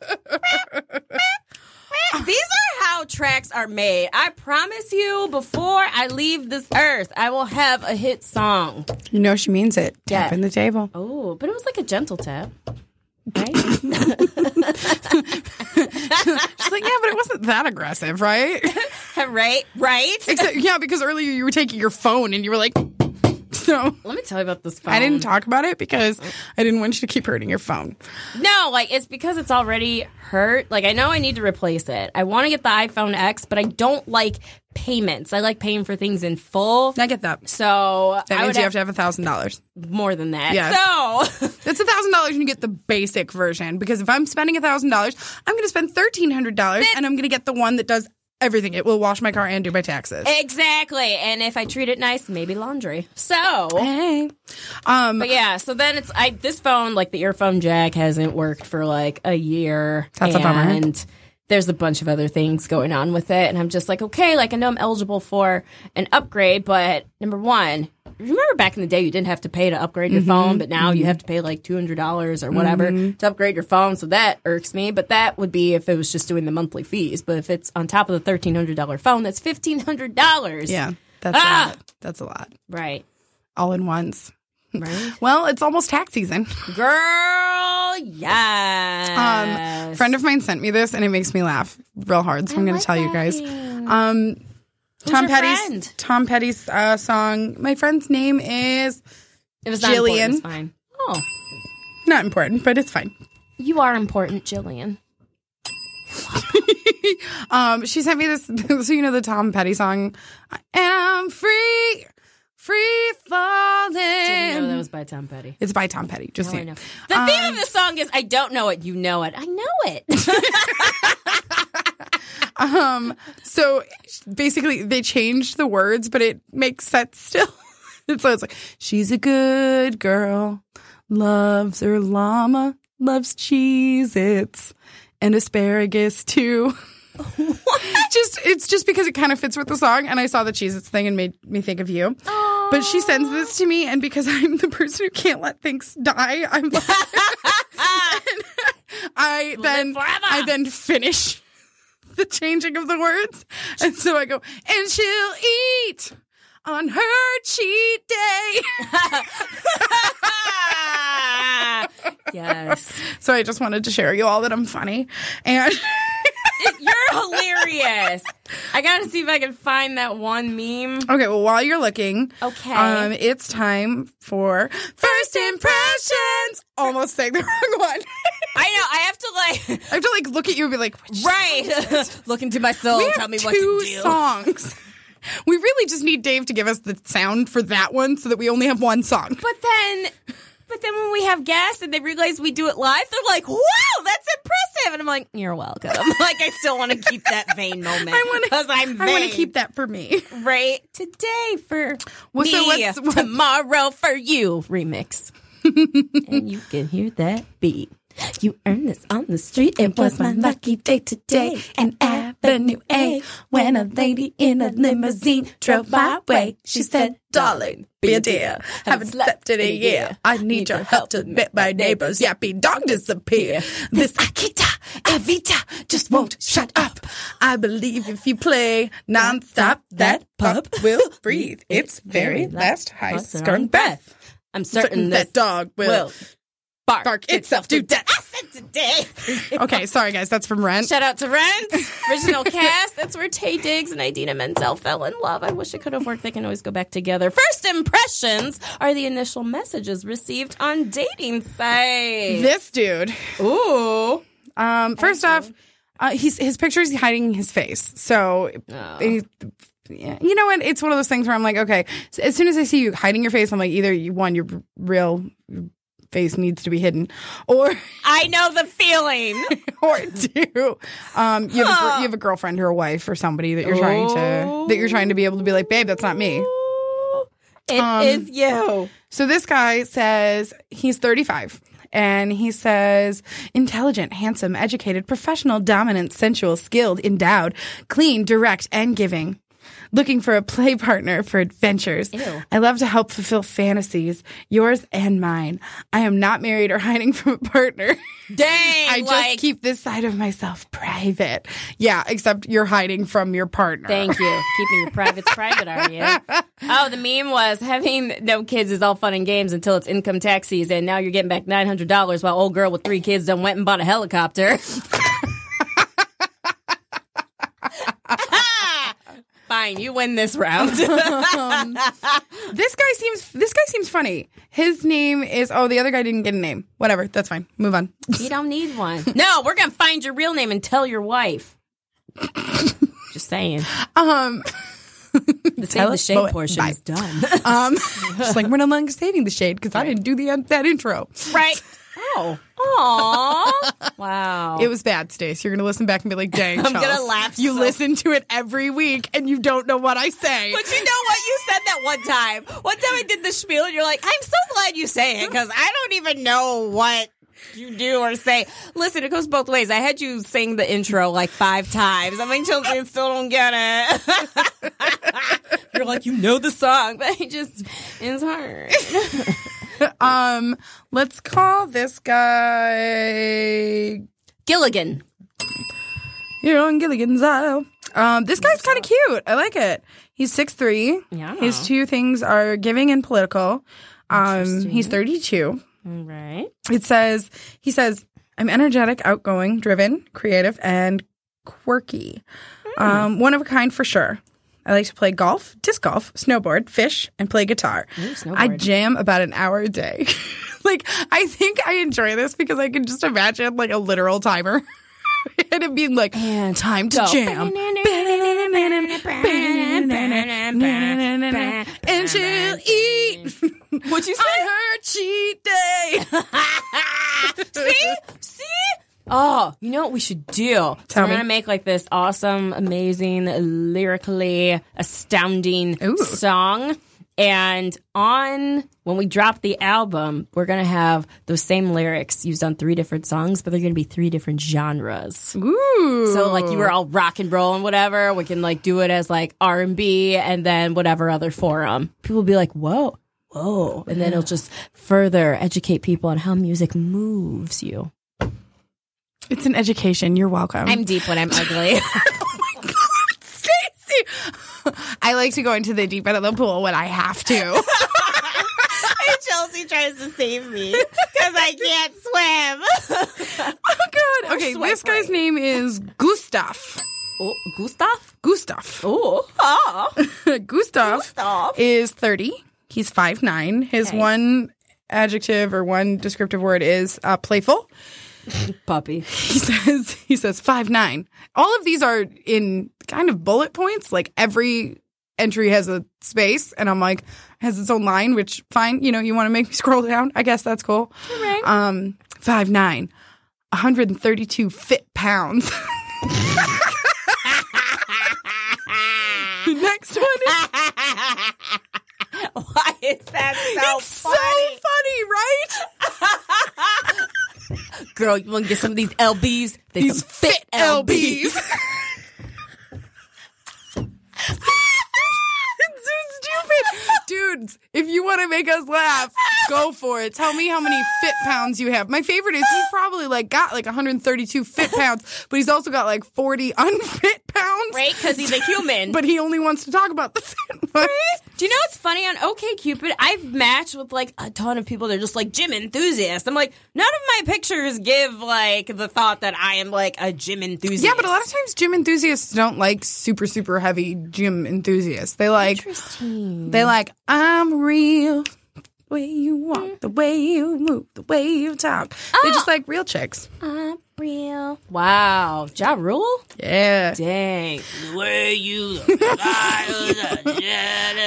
[SPEAKER 2] Uh. These are how tracks are made. I promise you, before I leave this earth, I will have a hit song.
[SPEAKER 3] you know she means it. Tapping the table.
[SPEAKER 2] Oh, but it was like a gentle tap.
[SPEAKER 3] She's like, yeah, but it wasn't that aggressive, right?
[SPEAKER 2] right, right.
[SPEAKER 3] Except, yeah, because earlier you were taking your phone and you were like, so
[SPEAKER 2] Let me tell you about this phone.
[SPEAKER 3] I didn't talk about it because I didn't want you to keep hurting your phone.
[SPEAKER 2] No, like it's because it's already hurt. Like I know I need to replace it. I want to get the iPhone X, but I don't like payments. I like paying for things in full.
[SPEAKER 3] I get that.
[SPEAKER 2] So
[SPEAKER 3] That
[SPEAKER 2] I
[SPEAKER 3] means
[SPEAKER 2] would
[SPEAKER 3] you have to have a thousand dollars.
[SPEAKER 2] more than that.
[SPEAKER 3] Yes.
[SPEAKER 2] So
[SPEAKER 3] That's a thousand dollars and you get the basic version because if I'm spending a thousand dollars, I'm going to spend thirteen hundred dollars and I'm going to get the one that does everything. It will wash my car and do my taxes.
[SPEAKER 2] exactly. And if I treat it nice, maybe laundry. So
[SPEAKER 3] Hey, um,
[SPEAKER 2] But yeah, so then it's I this phone, like the earphone jack, hasn't worked for like a year.
[SPEAKER 3] That's a
[SPEAKER 2] and
[SPEAKER 3] bummer.
[SPEAKER 2] there's a bunch of other things going on with it, and I'm just like, okay, like I know I'm eligible for an upgrade, but number one, remember back in the day you didn't have to pay to upgrade your
[SPEAKER 3] Mm-hmm.
[SPEAKER 2] phone, but now you have to pay like two hundred dollars or whatever to upgrade your phone. So that irks me. But that would be if it was just doing the monthly fees. But if it's on top of the thirteen hundred dollar phone, that's fifteen hundred dollars.
[SPEAKER 3] yeah, that's
[SPEAKER 2] Ah!
[SPEAKER 3] a lot. That's a lot.
[SPEAKER 2] Right.
[SPEAKER 3] All in once.
[SPEAKER 2] Right.
[SPEAKER 3] Well, it's almost tax season.
[SPEAKER 2] Girl, yes.
[SPEAKER 3] Um, friend of mine sent me this and it makes me laugh real hard. So I'm going to tell you guys. Um, Tom
[SPEAKER 2] your
[SPEAKER 3] Petty's
[SPEAKER 2] friend?
[SPEAKER 3] Tom Petty's uh, song. My friend's name is
[SPEAKER 2] It was
[SPEAKER 3] not important, it's Jillian.
[SPEAKER 2] fine. Oh,
[SPEAKER 3] not important, but it's fine.
[SPEAKER 2] you are important, Jillian.
[SPEAKER 3] um, she sent me this, so you know the Tom Petty song, "I am free, free falling."
[SPEAKER 2] No, that was by Tom Petty.
[SPEAKER 3] it's by Tom Petty. Just saying.
[SPEAKER 2] The theme of this song is I don't know it, you know it. I know it.
[SPEAKER 3] Um, So basically, they changed the words, but it makes sense still. And so it's like, she's a good girl, loves her llama, loves Cheez Its and asparagus too. just it's just because it kind of fits with the song, and I saw the Cheez Its thing and made me think of you. But she sends this to me, and because I'm the person who can't let things die, I'm like, I then I then finish the changing of the words. And so I go, and she'll eat on her cheat day.
[SPEAKER 2] yes.
[SPEAKER 3] so I just wanted to share you all that I'm funny. And
[SPEAKER 2] You're hilarious. I gotta see if I can find that one meme.
[SPEAKER 3] okay, well, while you're looking,
[SPEAKER 2] Okay.
[SPEAKER 3] um, it's time for first impressions. Almost saying the wrong one.
[SPEAKER 2] I know, I have to like
[SPEAKER 3] I have to like look at you and be like, which
[SPEAKER 2] Right. Look into my soul,
[SPEAKER 3] we
[SPEAKER 2] tell
[SPEAKER 3] have
[SPEAKER 2] me
[SPEAKER 3] two
[SPEAKER 2] what to do.
[SPEAKER 3] songs. We really just need Dave to give us the sound for that one so that we only have one song.
[SPEAKER 2] But then but then when we have guests and they realize we do it live, they're like, "Wow, that's impressive!" And I'm like, "You're welcome." like, I still want to keep that vain moment
[SPEAKER 3] I wanna-
[SPEAKER 2] because I'm
[SPEAKER 3] I want to
[SPEAKER 2] vain.
[SPEAKER 3] keep that for me.
[SPEAKER 2] right today for
[SPEAKER 3] Well,
[SPEAKER 2] me,
[SPEAKER 3] so what's- what-
[SPEAKER 2] tomorrow for you remix. and you can hear that beat.
[SPEAKER 10] You earned this on the street. It was my lucky day today. And Avenue A, when a lady in a limousine drove my way, she said, "Darling,
[SPEAKER 3] be a dear. Haven't slept in a year. I need your help to make my neighbor's yappy dog disappear. This Akita, Evita, just won't shut up. I believe if you play nonstop, that pup will breathe its very last high scorn breath.
[SPEAKER 2] I'm certain
[SPEAKER 3] Certain
[SPEAKER 2] this
[SPEAKER 3] that dog will
[SPEAKER 2] will bark,
[SPEAKER 3] bark itself to death.
[SPEAKER 2] That's it today.
[SPEAKER 3] Okay, sorry guys, that's from Rent.
[SPEAKER 2] Shout out to Rent, original cast. That's where Tay Diggs and Idina Menzel fell in love. I wish it could have worked. They can always go back together. First impressions are the initial messages received on dating sites.
[SPEAKER 3] This dude.
[SPEAKER 2] Ooh.
[SPEAKER 3] Um, first off, uh, he's his picture is hiding his face, so he- yeah. you know what? It's one of those things where I'm like, okay, s- as soon as I see you hiding your face, I'm like, either you one, your r- real face needs to be hidden, or
[SPEAKER 2] I know the feeling.
[SPEAKER 3] or two, um, you have, a, gir- you have a girlfriend or a wife or somebody that you're trying to that you're trying to be able to be like, babe, that's not me.
[SPEAKER 2] It is
[SPEAKER 3] Um,
[SPEAKER 2] you.
[SPEAKER 3] So this guy says he's 35 and he says intelligent, handsome, educated, professional, dominant, sensual, skilled, endowed, clean, direct, and giving. Looking for a play partner for adventures. I love to help fulfill fantasies, yours and mine. I am not married or hiding from a partner.
[SPEAKER 2] Dang.
[SPEAKER 3] I just
[SPEAKER 2] like,
[SPEAKER 3] keep this side of myself private. Yeah, except you're hiding from your partner.
[SPEAKER 2] Thank you. Keeping your privates private, are you? Oh, the meme was having no kids is all fun and games until it's income tax season. Now you're getting back nine hundred dollars while old girl with three kids done went and bought a helicopter. Fine, you win this round.
[SPEAKER 3] This guy seems this guy seems funny. His name is oh the other guy didn't get a name. Whatever, that's fine. Move on.
[SPEAKER 2] you don't need one. No, we're gonna find your real name and tell your wife. Just saying.
[SPEAKER 3] Um,
[SPEAKER 2] The save the
[SPEAKER 3] us,
[SPEAKER 2] shade
[SPEAKER 3] Moe.
[SPEAKER 2] portion
[SPEAKER 3] Bye.
[SPEAKER 2] is done.
[SPEAKER 3] um, just like we're no longer saving the shade because I didn't do the uh, that intro.
[SPEAKER 2] right. Oh. Aw. Wow.
[SPEAKER 3] It was bad, Stace. You're gonna listen back and be like, "Dang,
[SPEAKER 2] I'm gonna
[SPEAKER 3] Chels,
[SPEAKER 2] laugh
[SPEAKER 3] You
[SPEAKER 2] so-
[SPEAKER 3] listen to it every week and you don't know what I say.
[SPEAKER 2] But you know what? You said that one time. One time I did the spiel, and you're like, I'm so glad you say it because I don't even know what you do or say. Listen, it goes both ways. I had you sing the intro like five times. I mean, children still don't get it. you're like, you know the song, but it just is hard.
[SPEAKER 3] Um, let's call this guy
[SPEAKER 2] Gilligan.
[SPEAKER 3] You're on Gilligan's Isle. Um, this guy's kind of cute. I like it. He's 6'3".
[SPEAKER 2] Yeah.
[SPEAKER 3] His two things are giving and political. Um, he's 32.
[SPEAKER 2] Right.
[SPEAKER 3] It says, he says, I'm energetic, outgoing, driven, creative, and quirky. Um, one of a kind for sure. I like to play golf, disc golf, snowboard, fish, and play guitar. I jam about an hour a day. like, I think I enjoy this because I can just imagine like a literal timer. and it being like, time to jam. And she'll eat.
[SPEAKER 2] What you
[SPEAKER 3] I heard cheat day.
[SPEAKER 2] see, see. Oh, you know what we should do? So we're
[SPEAKER 3] me.
[SPEAKER 2] gonna make like this awesome, amazing, lyrically astounding song. And on when we drop the album, we're gonna have those same lyrics used on three different songs, but they're gonna be three different genres.
[SPEAKER 3] Ooh.
[SPEAKER 2] So like you were all rock and roll and whatever. We can like do it as like R and B and then whatever other forum. People will be like, whoa, whoa, and then it'll just further educate people on how music moves you.
[SPEAKER 3] It's an education. You're welcome.
[SPEAKER 2] I'm deep when I'm ugly.
[SPEAKER 3] Stacy. I like to go into the deep end of the pool when I have to.
[SPEAKER 2] Chelsea tries to save me because I can't swim.
[SPEAKER 3] oh God. Okay,
[SPEAKER 2] swipe
[SPEAKER 3] this guy's name is Gustav.
[SPEAKER 2] oh, Gustav.
[SPEAKER 3] Gustav.
[SPEAKER 2] Oh, ah.
[SPEAKER 3] Oh. Gustav
[SPEAKER 2] Gustav.
[SPEAKER 3] is 30. He's 5'9. His one adjective or one descriptive word is uh, playful.
[SPEAKER 2] puppy.
[SPEAKER 3] He says he says 5'9. All of these are in kind of bullet points. Like every entry has a space and I'm like has its own line, which fine, you know, you want to make me scroll down. I guess that's cool. Um 5'9. 132 fit pounds. Next one is
[SPEAKER 2] Why is that so
[SPEAKER 3] so funny, right?
[SPEAKER 2] Girl, you want to get some of these LBs? They
[SPEAKER 3] These fit LBs. It's so stupid. Dudes, if you want to make us laugh, go for it. Tell me how many fit pounds you have. My favorite is he's probably like got like 132 fit pounds, but he's also got like 40 unfit pounds.
[SPEAKER 2] Right? Because he's a human.
[SPEAKER 3] But he only wants to talk about the fit ones.
[SPEAKER 2] Do you know what's funny on OK Cupid? I've matched with like a ton of people. They're just like gym enthusiasts. I'm like, none of my pictures give like the thought that I am like a gym enthusiast.
[SPEAKER 3] Yeah, but a lot of times gym enthusiasts don't like super super heavy gym enthusiasts. They like they like I'm real. The way you walk, the way you move, the way you talk. They just like real chicks.
[SPEAKER 11] Real.
[SPEAKER 2] Wow, Ja Rule.
[SPEAKER 3] Yeah.
[SPEAKER 2] Dang. Where you?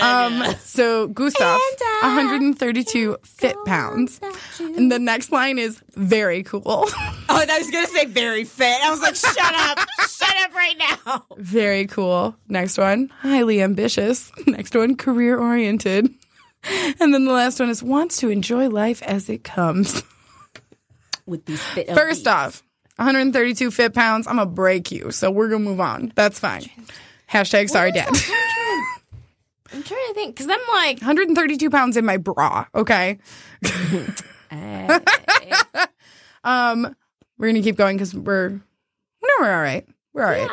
[SPEAKER 3] Um so Gustav, 132 fit pounds. And the next line is very cool.
[SPEAKER 2] Oh, I was gonna say very fit. I was like, shut up, shut up right now.
[SPEAKER 3] very cool. Next one, highly ambitious. Next one, career oriented. And then the last one is wants to enjoy life as it comes.
[SPEAKER 2] With these fit.
[SPEAKER 3] First off, 132 fit pounds. I'm gonna break you, so we're gonna move on. That's fine. Hashtag sorry, dad.
[SPEAKER 2] I'm trying to think because I'm like,
[SPEAKER 3] 132 pounds in my bra. Okay,
[SPEAKER 2] Eh.
[SPEAKER 3] um, we're gonna keep going because we're no, we're all right. We're all right.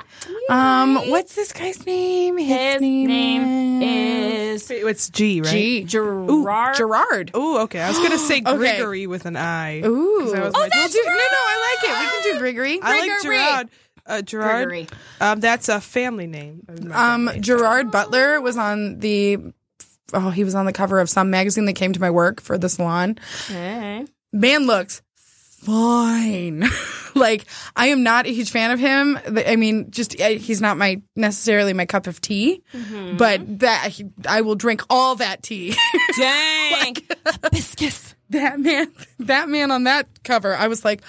[SPEAKER 3] Um, what's this guy's name? His,
[SPEAKER 2] his name is
[SPEAKER 5] It's G, right?
[SPEAKER 3] G.
[SPEAKER 2] Gerard.
[SPEAKER 3] Gerard.
[SPEAKER 5] Ooh, okay. I was gonna say
[SPEAKER 3] Okay.
[SPEAKER 5] Gregory with an I.
[SPEAKER 3] Ooh.
[SPEAKER 5] I was
[SPEAKER 3] oh,
[SPEAKER 5] like,
[SPEAKER 3] that's no, no. I like it. We can do Gregory.
[SPEAKER 5] I like Gerard. Uh, Gerard.
[SPEAKER 2] Gregory.
[SPEAKER 5] Um, that's a family name.
[SPEAKER 3] Um, Gerard Butler was on the. Oh, he was on the cover of some magazine that came to my work for the salon.
[SPEAKER 2] Okay.
[SPEAKER 3] Man looks fine. like I am not a huge fan of him. The- I mean, just uh, he's not my necessarily my cup of tea, but that he, I will drink all that tea.
[SPEAKER 2] Dang.
[SPEAKER 3] that man, that man on that cover, I was like,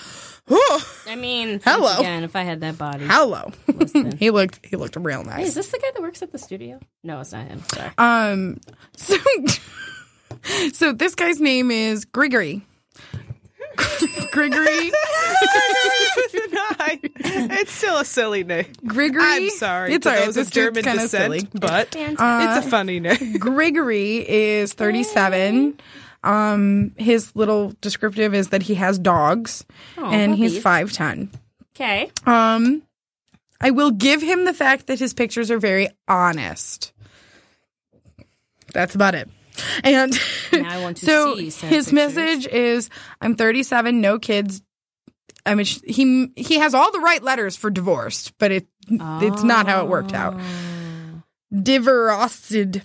[SPEAKER 3] oh,
[SPEAKER 2] I mean,
[SPEAKER 3] Hello.
[SPEAKER 2] once again, if I had that body.
[SPEAKER 3] hello. he looked he looked real
[SPEAKER 2] Hey,
[SPEAKER 3] nice.
[SPEAKER 2] is this the guy that works at the studio? No, it's not him. Sorry.
[SPEAKER 3] Um, so so this guy's name is Grigory. Grigory.
[SPEAKER 5] with an I. It's still a silly name.
[SPEAKER 3] Grigory.
[SPEAKER 5] I'm sorry.
[SPEAKER 3] It's
[SPEAKER 5] to
[SPEAKER 3] all right.
[SPEAKER 5] those
[SPEAKER 3] This
[SPEAKER 5] of German
[SPEAKER 3] dude's kind of
[SPEAKER 5] descent,
[SPEAKER 3] silly.
[SPEAKER 5] but it's a funny name.
[SPEAKER 3] Grigory is 37. Um, his little descriptive is that he has dogs and he's 5'10.
[SPEAKER 2] Okay.
[SPEAKER 3] Um, I will give him the fact that his pictures are very honest. That's about it. And
[SPEAKER 2] Now I want to
[SPEAKER 3] so
[SPEAKER 2] see
[SPEAKER 3] his
[SPEAKER 2] said pictures.
[SPEAKER 3] message is I'm 37, no kids. I mean, sh- he he has all the right letters for
[SPEAKER 2] Oh.
[SPEAKER 3] divorced, but it it's not how it worked out. Divorced.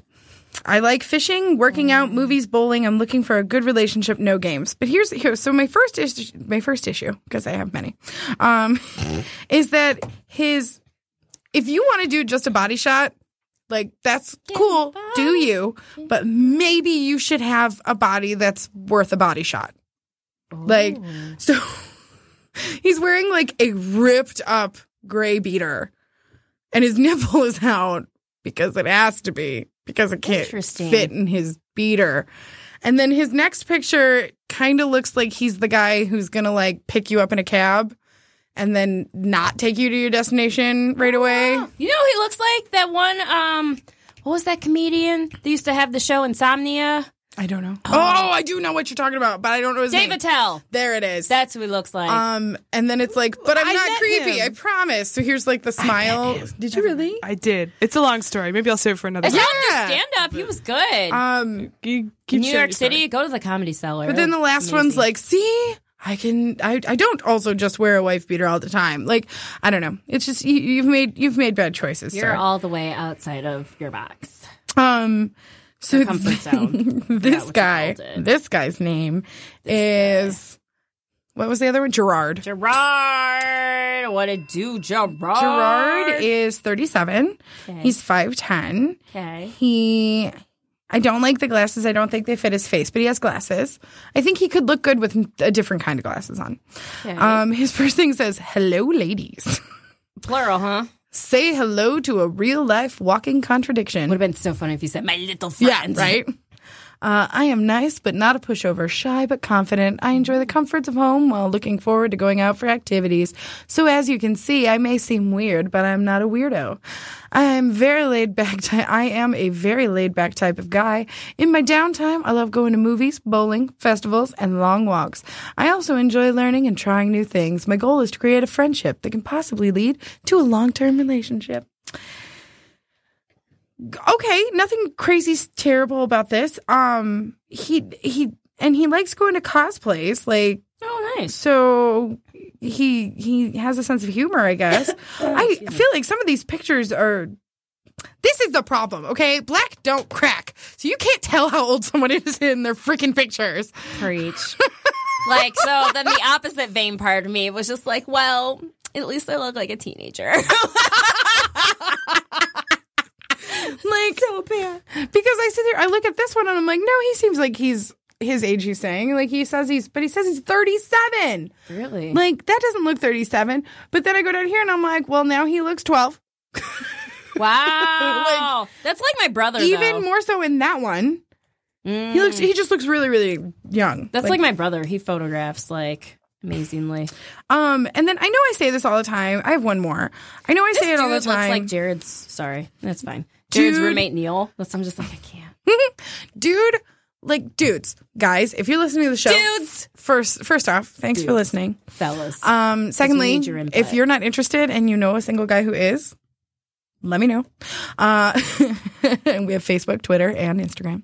[SPEAKER 3] I like fishing, working
[SPEAKER 2] Mm.
[SPEAKER 3] out, movies, bowling. I'm looking for a good relationship, no games. But here's here. So my first issue, my first issue, because I have many, um, is that his. If you want to do just a body shot, like that's cool, do you? But maybe you should have a body that's worth a body shot. Like so, he's wearing like a ripped up gray beater, and his nipple is out because it has to be because it can't
[SPEAKER 2] Interesting.
[SPEAKER 3] fit in his beater. And then his next picture kind of looks like he's the guy who's gonna like pick you up in a cab and then not take you to your destination right away.
[SPEAKER 2] You know, who he looks like that one. Um, what was that comedian that used to have the show Insomnia?
[SPEAKER 3] I don't know. Oh, I do know what you're talking about, but I don't know his
[SPEAKER 2] Dave
[SPEAKER 3] name.
[SPEAKER 2] Attell.
[SPEAKER 3] There it is.
[SPEAKER 2] That's who he looks like.
[SPEAKER 3] um, and then it's like, but I'm
[SPEAKER 5] I
[SPEAKER 3] not
[SPEAKER 5] met
[SPEAKER 3] creepy.
[SPEAKER 5] him.
[SPEAKER 3] I promise. So here's like the smile. Did you really?
[SPEAKER 5] I did. It's a long story. Maybe I'll save it for another.
[SPEAKER 2] I saw
[SPEAKER 5] time.
[SPEAKER 2] him do
[SPEAKER 3] yeah.
[SPEAKER 2] stand up. He was good.
[SPEAKER 3] Um,
[SPEAKER 5] You keep
[SPEAKER 2] In New
[SPEAKER 5] sharing
[SPEAKER 2] York
[SPEAKER 5] your story.
[SPEAKER 2] City, go to the comedy cellar.
[SPEAKER 3] but then the last
[SPEAKER 2] It's
[SPEAKER 3] one's
[SPEAKER 2] amazing.
[SPEAKER 3] like, see, I can. I I don't also just wear a wife beater all the time. Like I don't know. It's just you, you've made you've made bad choices.
[SPEAKER 2] You're
[SPEAKER 3] sir.
[SPEAKER 2] all the way outside of your box.
[SPEAKER 3] um. So
[SPEAKER 2] Comfort zone.
[SPEAKER 3] this
[SPEAKER 2] you
[SPEAKER 3] guy,
[SPEAKER 2] called it.
[SPEAKER 3] this guy's name is what was the other one? Gerard.
[SPEAKER 12] Gerard, what it do, Gerard?
[SPEAKER 3] Gerard is 37. He's 5'10.
[SPEAKER 2] Okay.
[SPEAKER 3] He I don't like the glasses. I don't think they fit his face, but he has glasses. I think he could look good with a different kind of glasses on. Um, his first thing says, "Hello, ladies.
[SPEAKER 12] plural, huh?
[SPEAKER 3] Say hello to a real life walking contradiction."
[SPEAKER 12] Would have been so funny if you said my little
[SPEAKER 3] yeah,
[SPEAKER 12] friend.
[SPEAKER 3] right. Uh, I am nice, but not a pushover. Shy, but confident. I enjoy the comforts of home while looking forward to going out for activities. So, as you can see, I may seem weird, but I'm not a weirdo. I am very laid back. Ty- I am a very laid back type of guy. In my downtime, I love going to movies, bowling, festivals, and long walks. I also enjoy learning and trying new things. My goal is to create a friendship that can possibly lead to a long term relationship okay, nothing crazy s- terrible about this. Um, he he and he likes going to cosplays, like
[SPEAKER 2] Oh, nice.
[SPEAKER 3] so. He he has a sense of humor, I guess. I feel like some of these pictures are. This is the problem, okay? Black don't crack, so you can't tell how old someone is in their freaking pictures.
[SPEAKER 2] Preach. like, so then the opposite vein part of me was just like, well, at least I look like a teenager. like, so bad.
[SPEAKER 3] Because I sit there, I look at this one, and I'm like, no, he seems like he's his age. He's saying like he says he's, but he says he's 37.
[SPEAKER 2] Really?
[SPEAKER 3] Like that doesn't look 37. But then I go down here and I'm like, well, now he looks 12.
[SPEAKER 2] Wow. That's like my brother,
[SPEAKER 3] Even
[SPEAKER 2] though.
[SPEAKER 3] more so in that one.
[SPEAKER 2] Mm.
[SPEAKER 3] He looks he just looks really really young.
[SPEAKER 2] That's like my brother. He photographs, like, amazingly.
[SPEAKER 3] um and then I know I say this all the time. I have one more. I know I say it all the
[SPEAKER 2] Dude looks
[SPEAKER 3] time.
[SPEAKER 2] like Jared's. Sorry, that's fine. Jared's
[SPEAKER 3] Dude.
[SPEAKER 2] roommate Neil. That's I'm just like I can't.
[SPEAKER 3] dude, like dudes, guys, if you're listening to the show,
[SPEAKER 2] Dudes!
[SPEAKER 3] First first off, thanks for listening.
[SPEAKER 2] Fellas,
[SPEAKER 3] Um secondly,
[SPEAKER 2] need your input.
[SPEAKER 3] if you're not interested and you know a single guy who is, let me know. Uh we have Facebook, Twitter, and Instagram.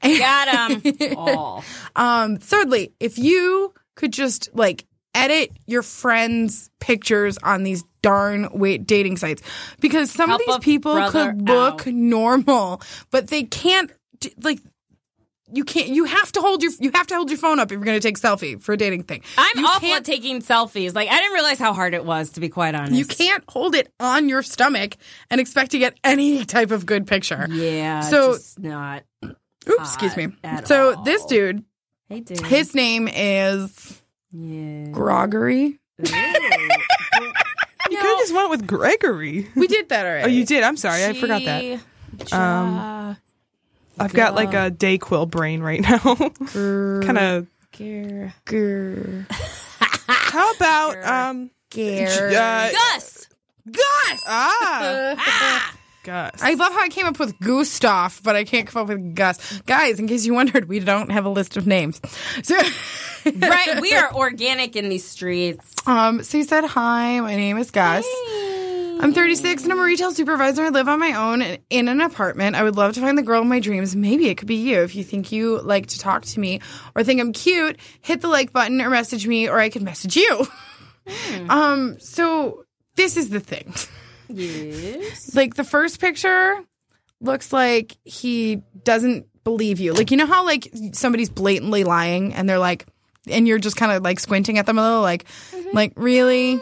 [SPEAKER 2] got him all.
[SPEAKER 3] Um, thirdly, if you could just like edit your friends' pictures on these darn wait dating sites, because some
[SPEAKER 2] Help
[SPEAKER 3] of these
[SPEAKER 2] a
[SPEAKER 3] people
[SPEAKER 2] brother
[SPEAKER 3] could look
[SPEAKER 2] out.
[SPEAKER 3] normal, but they can't d- like. You can't. You have to hold your. You have to hold your phone up if you're going to take selfie for a dating thing.
[SPEAKER 2] I'm
[SPEAKER 3] you
[SPEAKER 2] awful at
[SPEAKER 3] can't-
[SPEAKER 2] taking selfies. Like I didn't realize how hard it was to be quite honest.
[SPEAKER 3] You can't hold it on your stomach and expect to get any type of good picture.
[SPEAKER 2] Yeah.
[SPEAKER 3] So-
[SPEAKER 2] So just not.
[SPEAKER 3] Oops, excuse me.
[SPEAKER 2] at
[SPEAKER 3] So
[SPEAKER 2] all.
[SPEAKER 3] this dude,
[SPEAKER 2] Hey, dude.
[SPEAKER 3] his name is
[SPEAKER 2] yeah.
[SPEAKER 3] Grogory.
[SPEAKER 5] You could have just went with Gregory.
[SPEAKER 3] We did that already.
[SPEAKER 5] Oh, you did. I'm sorry. I forgot that.
[SPEAKER 2] Um,
[SPEAKER 5] I've got like a Dayquil brain right now. kind of. How about um uh,
[SPEAKER 2] Gus.
[SPEAKER 3] Gus.
[SPEAKER 5] ah, Gus?
[SPEAKER 3] I love how I came up with Gustav, but I can't come up with Gus. Guys, in case you wondered, we don't have a list of names. So,
[SPEAKER 2] Right, we are organic in these streets.
[SPEAKER 3] um, so he said, "Hi, my name is Gus. I'm 36 and I'm a retail supervisor. I live on my own in- in an apartment. I would love to find the girl of my dreams. Maybe it could be you. If you think you like to talk to me or think I'm cute, hit the like button or message me, or I could message you." Um, so this is the thing.
[SPEAKER 2] Yes.
[SPEAKER 3] like the first picture looks like he doesn't believe you. Like you know how like somebody's blatantly lying and they're like and you're just kind of like squinting at them a little like
[SPEAKER 2] Mm-hmm.
[SPEAKER 3] like really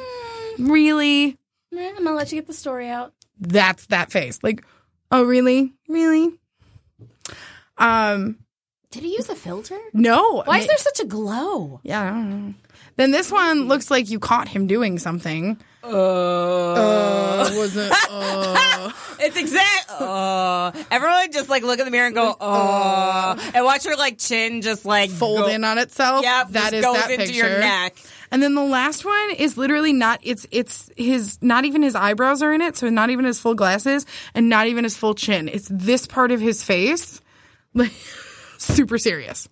[SPEAKER 3] really
[SPEAKER 4] I'm gonna let you get the story out.
[SPEAKER 3] that's that face. Like oh really? Really? Um
[SPEAKER 4] Did he use a filter?
[SPEAKER 3] no.
[SPEAKER 2] Why is there such a glow?
[SPEAKER 3] Yeah, I don't know. Then this one looks like you caught him doing something.
[SPEAKER 2] It's exact. Uh, everyone just like look in the mirror and go, uh, and watch her like chin just like
[SPEAKER 3] fold
[SPEAKER 2] go-
[SPEAKER 3] in on itself.
[SPEAKER 2] Yeah,
[SPEAKER 3] that
[SPEAKER 2] just
[SPEAKER 3] is
[SPEAKER 2] goes
[SPEAKER 3] that
[SPEAKER 2] into
[SPEAKER 3] picture.
[SPEAKER 2] your neck.
[SPEAKER 3] And then the last one is literally not. It's it's his not even his eyebrows are in it, so not even his full glasses and not even his full chin. It's this part of his face, like super serious.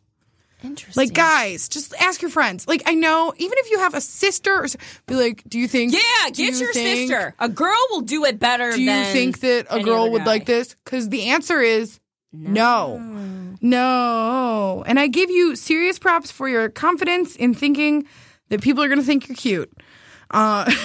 [SPEAKER 4] Interesting.
[SPEAKER 3] Like guys, just ask your friends. Like I know, even if you have a sister, or, s- be like, do you think?
[SPEAKER 2] Yeah,
[SPEAKER 3] do
[SPEAKER 2] get
[SPEAKER 3] you
[SPEAKER 2] your
[SPEAKER 3] think-
[SPEAKER 2] sister. A girl will do it better.
[SPEAKER 3] Do you
[SPEAKER 2] than
[SPEAKER 3] think that a
[SPEAKER 2] any
[SPEAKER 3] girl
[SPEAKER 2] other
[SPEAKER 3] would
[SPEAKER 2] guy.
[SPEAKER 3] like this? Because the answer is no. No. And I give you serious props for your confidence in thinking that people are going to think you're cute. Uh,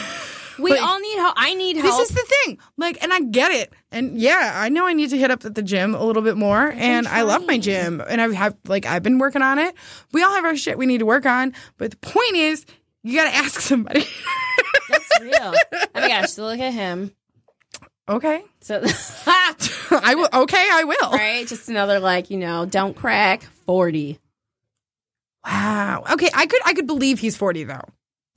[SPEAKER 2] We
[SPEAKER 3] Like-
[SPEAKER 2] all need help. I need help.
[SPEAKER 3] this is the thing. Like, and I get it. And yeah, I know I need to hit up at the gym a little bit more. And I love my gym. And I have, like, I've been working on it. We all have our shit we need to work on. But the point is, you got to ask somebody.
[SPEAKER 2] That's real. Oh my gosh! So look at him.
[SPEAKER 3] okay.
[SPEAKER 2] So,
[SPEAKER 3] I will. Okay, I will.
[SPEAKER 2] right? Just another like you know, don't crack forty.
[SPEAKER 3] Wow. Okay, I could I could believe he's 40 though.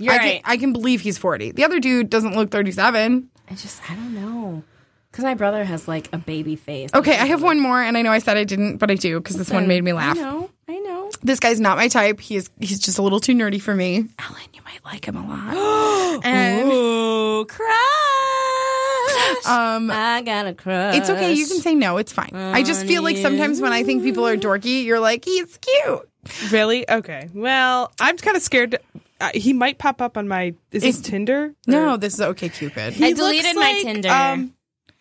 [SPEAKER 2] You're
[SPEAKER 3] I
[SPEAKER 2] right.
[SPEAKER 3] can I can believe he's 40. The other dude doesn't look 37.
[SPEAKER 2] I just I don't know because my brother has like a baby face.
[SPEAKER 3] Okay, I have one more and I know I said I didn't, but I do cuz this one made me laugh.
[SPEAKER 2] I know. I know.
[SPEAKER 3] This guy's not my type. He is he's just a little too nerdy for me. Ellen, you might like him a lot. and
[SPEAKER 2] Ooh, crush.
[SPEAKER 3] um
[SPEAKER 2] I got a crush.
[SPEAKER 3] it's okay, you can say no, it's fine. I just feel like sometimes when I think people are dorky, you're like, "He's cute."
[SPEAKER 5] Really? Okay. Well, I'm kind of scared. Uh, he might pop up on my. Is this Tinder?
[SPEAKER 3] No, this is okay Cupid.
[SPEAKER 2] I
[SPEAKER 5] He looks
[SPEAKER 2] deleted my
[SPEAKER 5] like,
[SPEAKER 2] Tinder.
[SPEAKER 3] um,
[SPEAKER 5] um,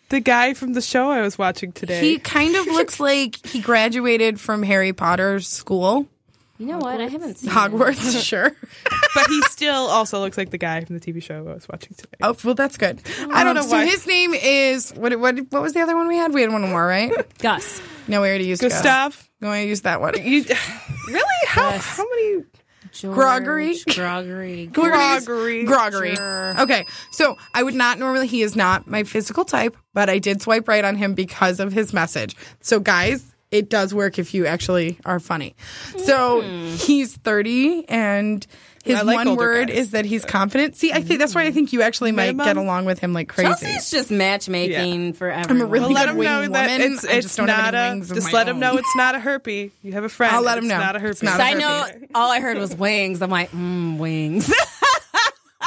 [SPEAKER 5] the guy from the show I was watching today.
[SPEAKER 3] He kind of looks like he graduated from Harry Potter's school,
[SPEAKER 2] you know what? I haven't seen
[SPEAKER 3] Hogwarts, sure.
[SPEAKER 5] but he still also looks like the guy from the TV show I was watching today.
[SPEAKER 3] Oh well, that's good. I don't know.
[SPEAKER 5] know
[SPEAKER 3] So
[SPEAKER 5] why.
[SPEAKER 3] his name is what? What? What was the other one we had? We had one more, right?
[SPEAKER 2] it. Gus.
[SPEAKER 3] no, we already used Gus.
[SPEAKER 5] Gustav.
[SPEAKER 3] We only used that one.
[SPEAKER 5] You, really? How, how many?
[SPEAKER 2] George,
[SPEAKER 3] Groggery.
[SPEAKER 2] Groggery.
[SPEAKER 3] Groggery. Groggery.
[SPEAKER 5] Sure.
[SPEAKER 3] Okay, so I would not normally. He is not my physical type, but I did swipe right on him because of his message. So guys. It does work if you actually are funny. So he's 30 and his
[SPEAKER 5] Hmm. I like
[SPEAKER 3] one
[SPEAKER 5] older
[SPEAKER 3] word
[SPEAKER 5] guys.
[SPEAKER 3] is that he's confident. See, I think that's why I think you actually might
[SPEAKER 5] Minimum.
[SPEAKER 3] get along with him like crazy.
[SPEAKER 2] Chelsea's just matchmaking for everyone.
[SPEAKER 3] I'm a really
[SPEAKER 5] Let
[SPEAKER 3] good
[SPEAKER 5] him
[SPEAKER 3] wing
[SPEAKER 5] know that
[SPEAKER 3] woman.
[SPEAKER 5] it's
[SPEAKER 3] I
[SPEAKER 5] it's
[SPEAKER 3] just don't have
[SPEAKER 5] not
[SPEAKER 3] any
[SPEAKER 5] a.
[SPEAKER 3] wings of
[SPEAKER 5] Just
[SPEAKER 3] my
[SPEAKER 5] let
[SPEAKER 3] own.
[SPEAKER 5] him know it's not a herpy. You have a friend.
[SPEAKER 3] I'll let
[SPEAKER 5] It's
[SPEAKER 3] him know.
[SPEAKER 5] Not a herpy.
[SPEAKER 3] It's not a
[SPEAKER 2] I know. All I heard was wings. I'm like, mm, wings.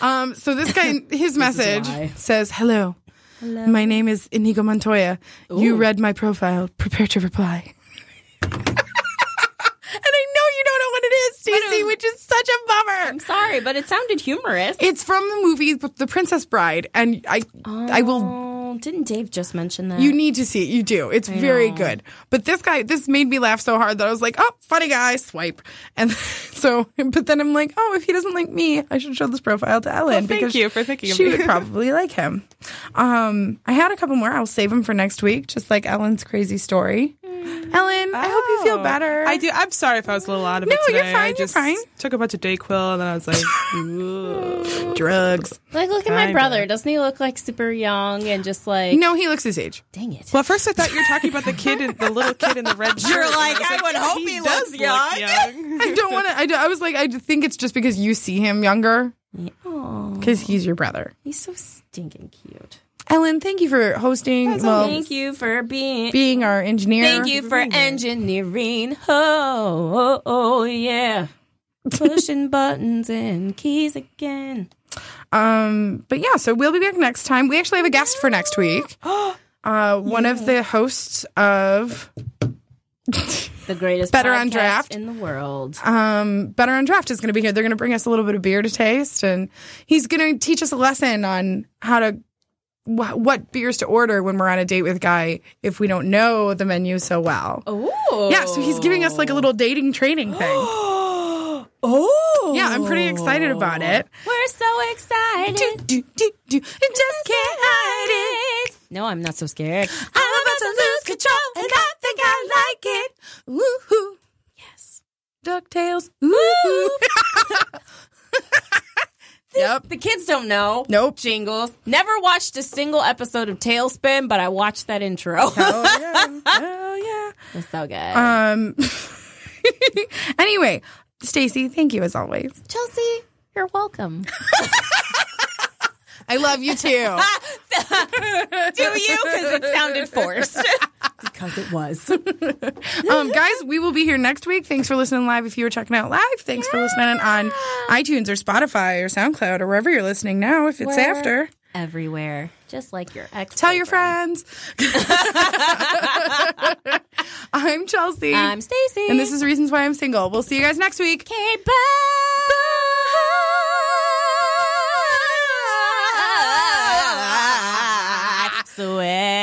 [SPEAKER 3] Um, so this guy, his message
[SPEAKER 2] why.
[SPEAKER 3] says, "Hello, my name is Inigo Montoya. You read my profile. Prepare to reply." and I know you don't know what it is, Stacey, which is such a bummer.
[SPEAKER 2] I'm sorry, but it sounded humorous.
[SPEAKER 3] It's from the movie The Princess Bride, and I, I will.
[SPEAKER 2] Oh, didn't Dave just mention that?
[SPEAKER 3] You need to see it. You do. It's very good. But this guy, this made me laugh so hard that I was like, "Oh, funny guy, swipe." And so, but then I'm like, "Oh, if he doesn't like me, I should show this profile to Ellen."
[SPEAKER 5] thank
[SPEAKER 3] because
[SPEAKER 5] you for thinking of
[SPEAKER 3] she
[SPEAKER 5] me.
[SPEAKER 3] would probably like him. Um, I had a couple more. I'll save them for next week, just like Ellen's crazy story. Ellen, I hope you feel
[SPEAKER 5] Mm. Oh.
[SPEAKER 3] better.
[SPEAKER 5] I do. I'm sorry if I was a little out of
[SPEAKER 3] No,
[SPEAKER 5] it today.
[SPEAKER 3] you're fine,
[SPEAKER 5] I
[SPEAKER 3] you're
[SPEAKER 5] just
[SPEAKER 3] fine.
[SPEAKER 5] Took a bunch of Dayquil and then I was like, "Ooh."
[SPEAKER 3] drugs.
[SPEAKER 2] like, look at my
[SPEAKER 5] Kinda.
[SPEAKER 2] brother. Doesn't he look like super young and just like?
[SPEAKER 3] No, he looks his age.
[SPEAKER 2] dang it.
[SPEAKER 5] well, at first I thought you were talking about the kid, in, the little kid in the red shirt. and was does look young.
[SPEAKER 3] I don't want to. I, do- I was like, I think it's just because you see him younger
[SPEAKER 2] Oh,
[SPEAKER 3] because he's your brother.
[SPEAKER 2] he's so stinking cute.
[SPEAKER 3] Ellen, thank you for hosting. well,
[SPEAKER 2] Thank you for being.
[SPEAKER 3] being our engineer.
[SPEAKER 2] Thank you for engineering. Oh, oh, oh yeah. Pushing buttons and keys again.
[SPEAKER 3] Um, but yeah, so we'll be back next time. We actually have a guest for next week.
[SPEAKER 2] Oh.
[SPEAKER 3] Uh, one of the hosts of
[SPEAKER 2] The greatest
[SPEAKER 3] Better on
[SPEAKER 2] podcast
[SPEAKER 3] draft.
[SPEAKER 2] in the world.
[SPEAKER 3] um, Better on Draft is going to be here. They're going to bring us a little bit of beer to taste, and he's going to teach us a lesson on how to wh- what beers to order when we're on a date with a guy if we don't know the menu so well.
[SPEAKER 2] Oh,
[SPEAKER 3] Yeah, so he's giving us like a little dating training thing.
[SPEAKER 2] Oh,
[SPEAKER 3] Yeah, I'm pretty excited about it.
[SPEAKER 2] We're so excited.
[SPEAKER 3] Do, do, do, do. It just can't hide it.
[SPEAKER 12] No, I'm not so scared.
[SPEAKER 2] I'm about to lose control, and I think I like it. Woohoo!
[SPEAKER 3] DuckTales. Ooh. yep.
[SPEAKER 12] The kids don't know.
[SPEAKER 3] Nope.
[SPEAKER 12] Jingles. Never watched a single episode of Tailspin, but I watched that intro.
[SPEAKER 3] Oh yeah. Oh
[SPEAKER 12] It's so good.
[SPEAKER 3] yeah. Um Anyway, Stacy, thank you as always.
[SPEAKER 2] Chelsea, you're welcome.
[SPEAKER 3] I love you too.
[SPEAKER 12] Do you? Because it sounded forced. because it was.
[SPEAKER 3] um, guys, we will be here next week. Thanks for listening live. If you were checking out live, thanks for listening on iTunes or Spotify or SoundCloud or wherever you're listening now. If it's
[SPEAKER 2] Where-
[SPEAKER 3] after,
[SPEAKER 2] Everywhere, just like your ex.
[SPEAKER 3] tell your friends. I'm Chelsea,
[SPEAKER 2] I'm Stacy.
[SPEAKER 3] and this is Reasons Why I'm Single. We'll see you guys next week.
[SPEAKER 2] Okay, bye. Sweet.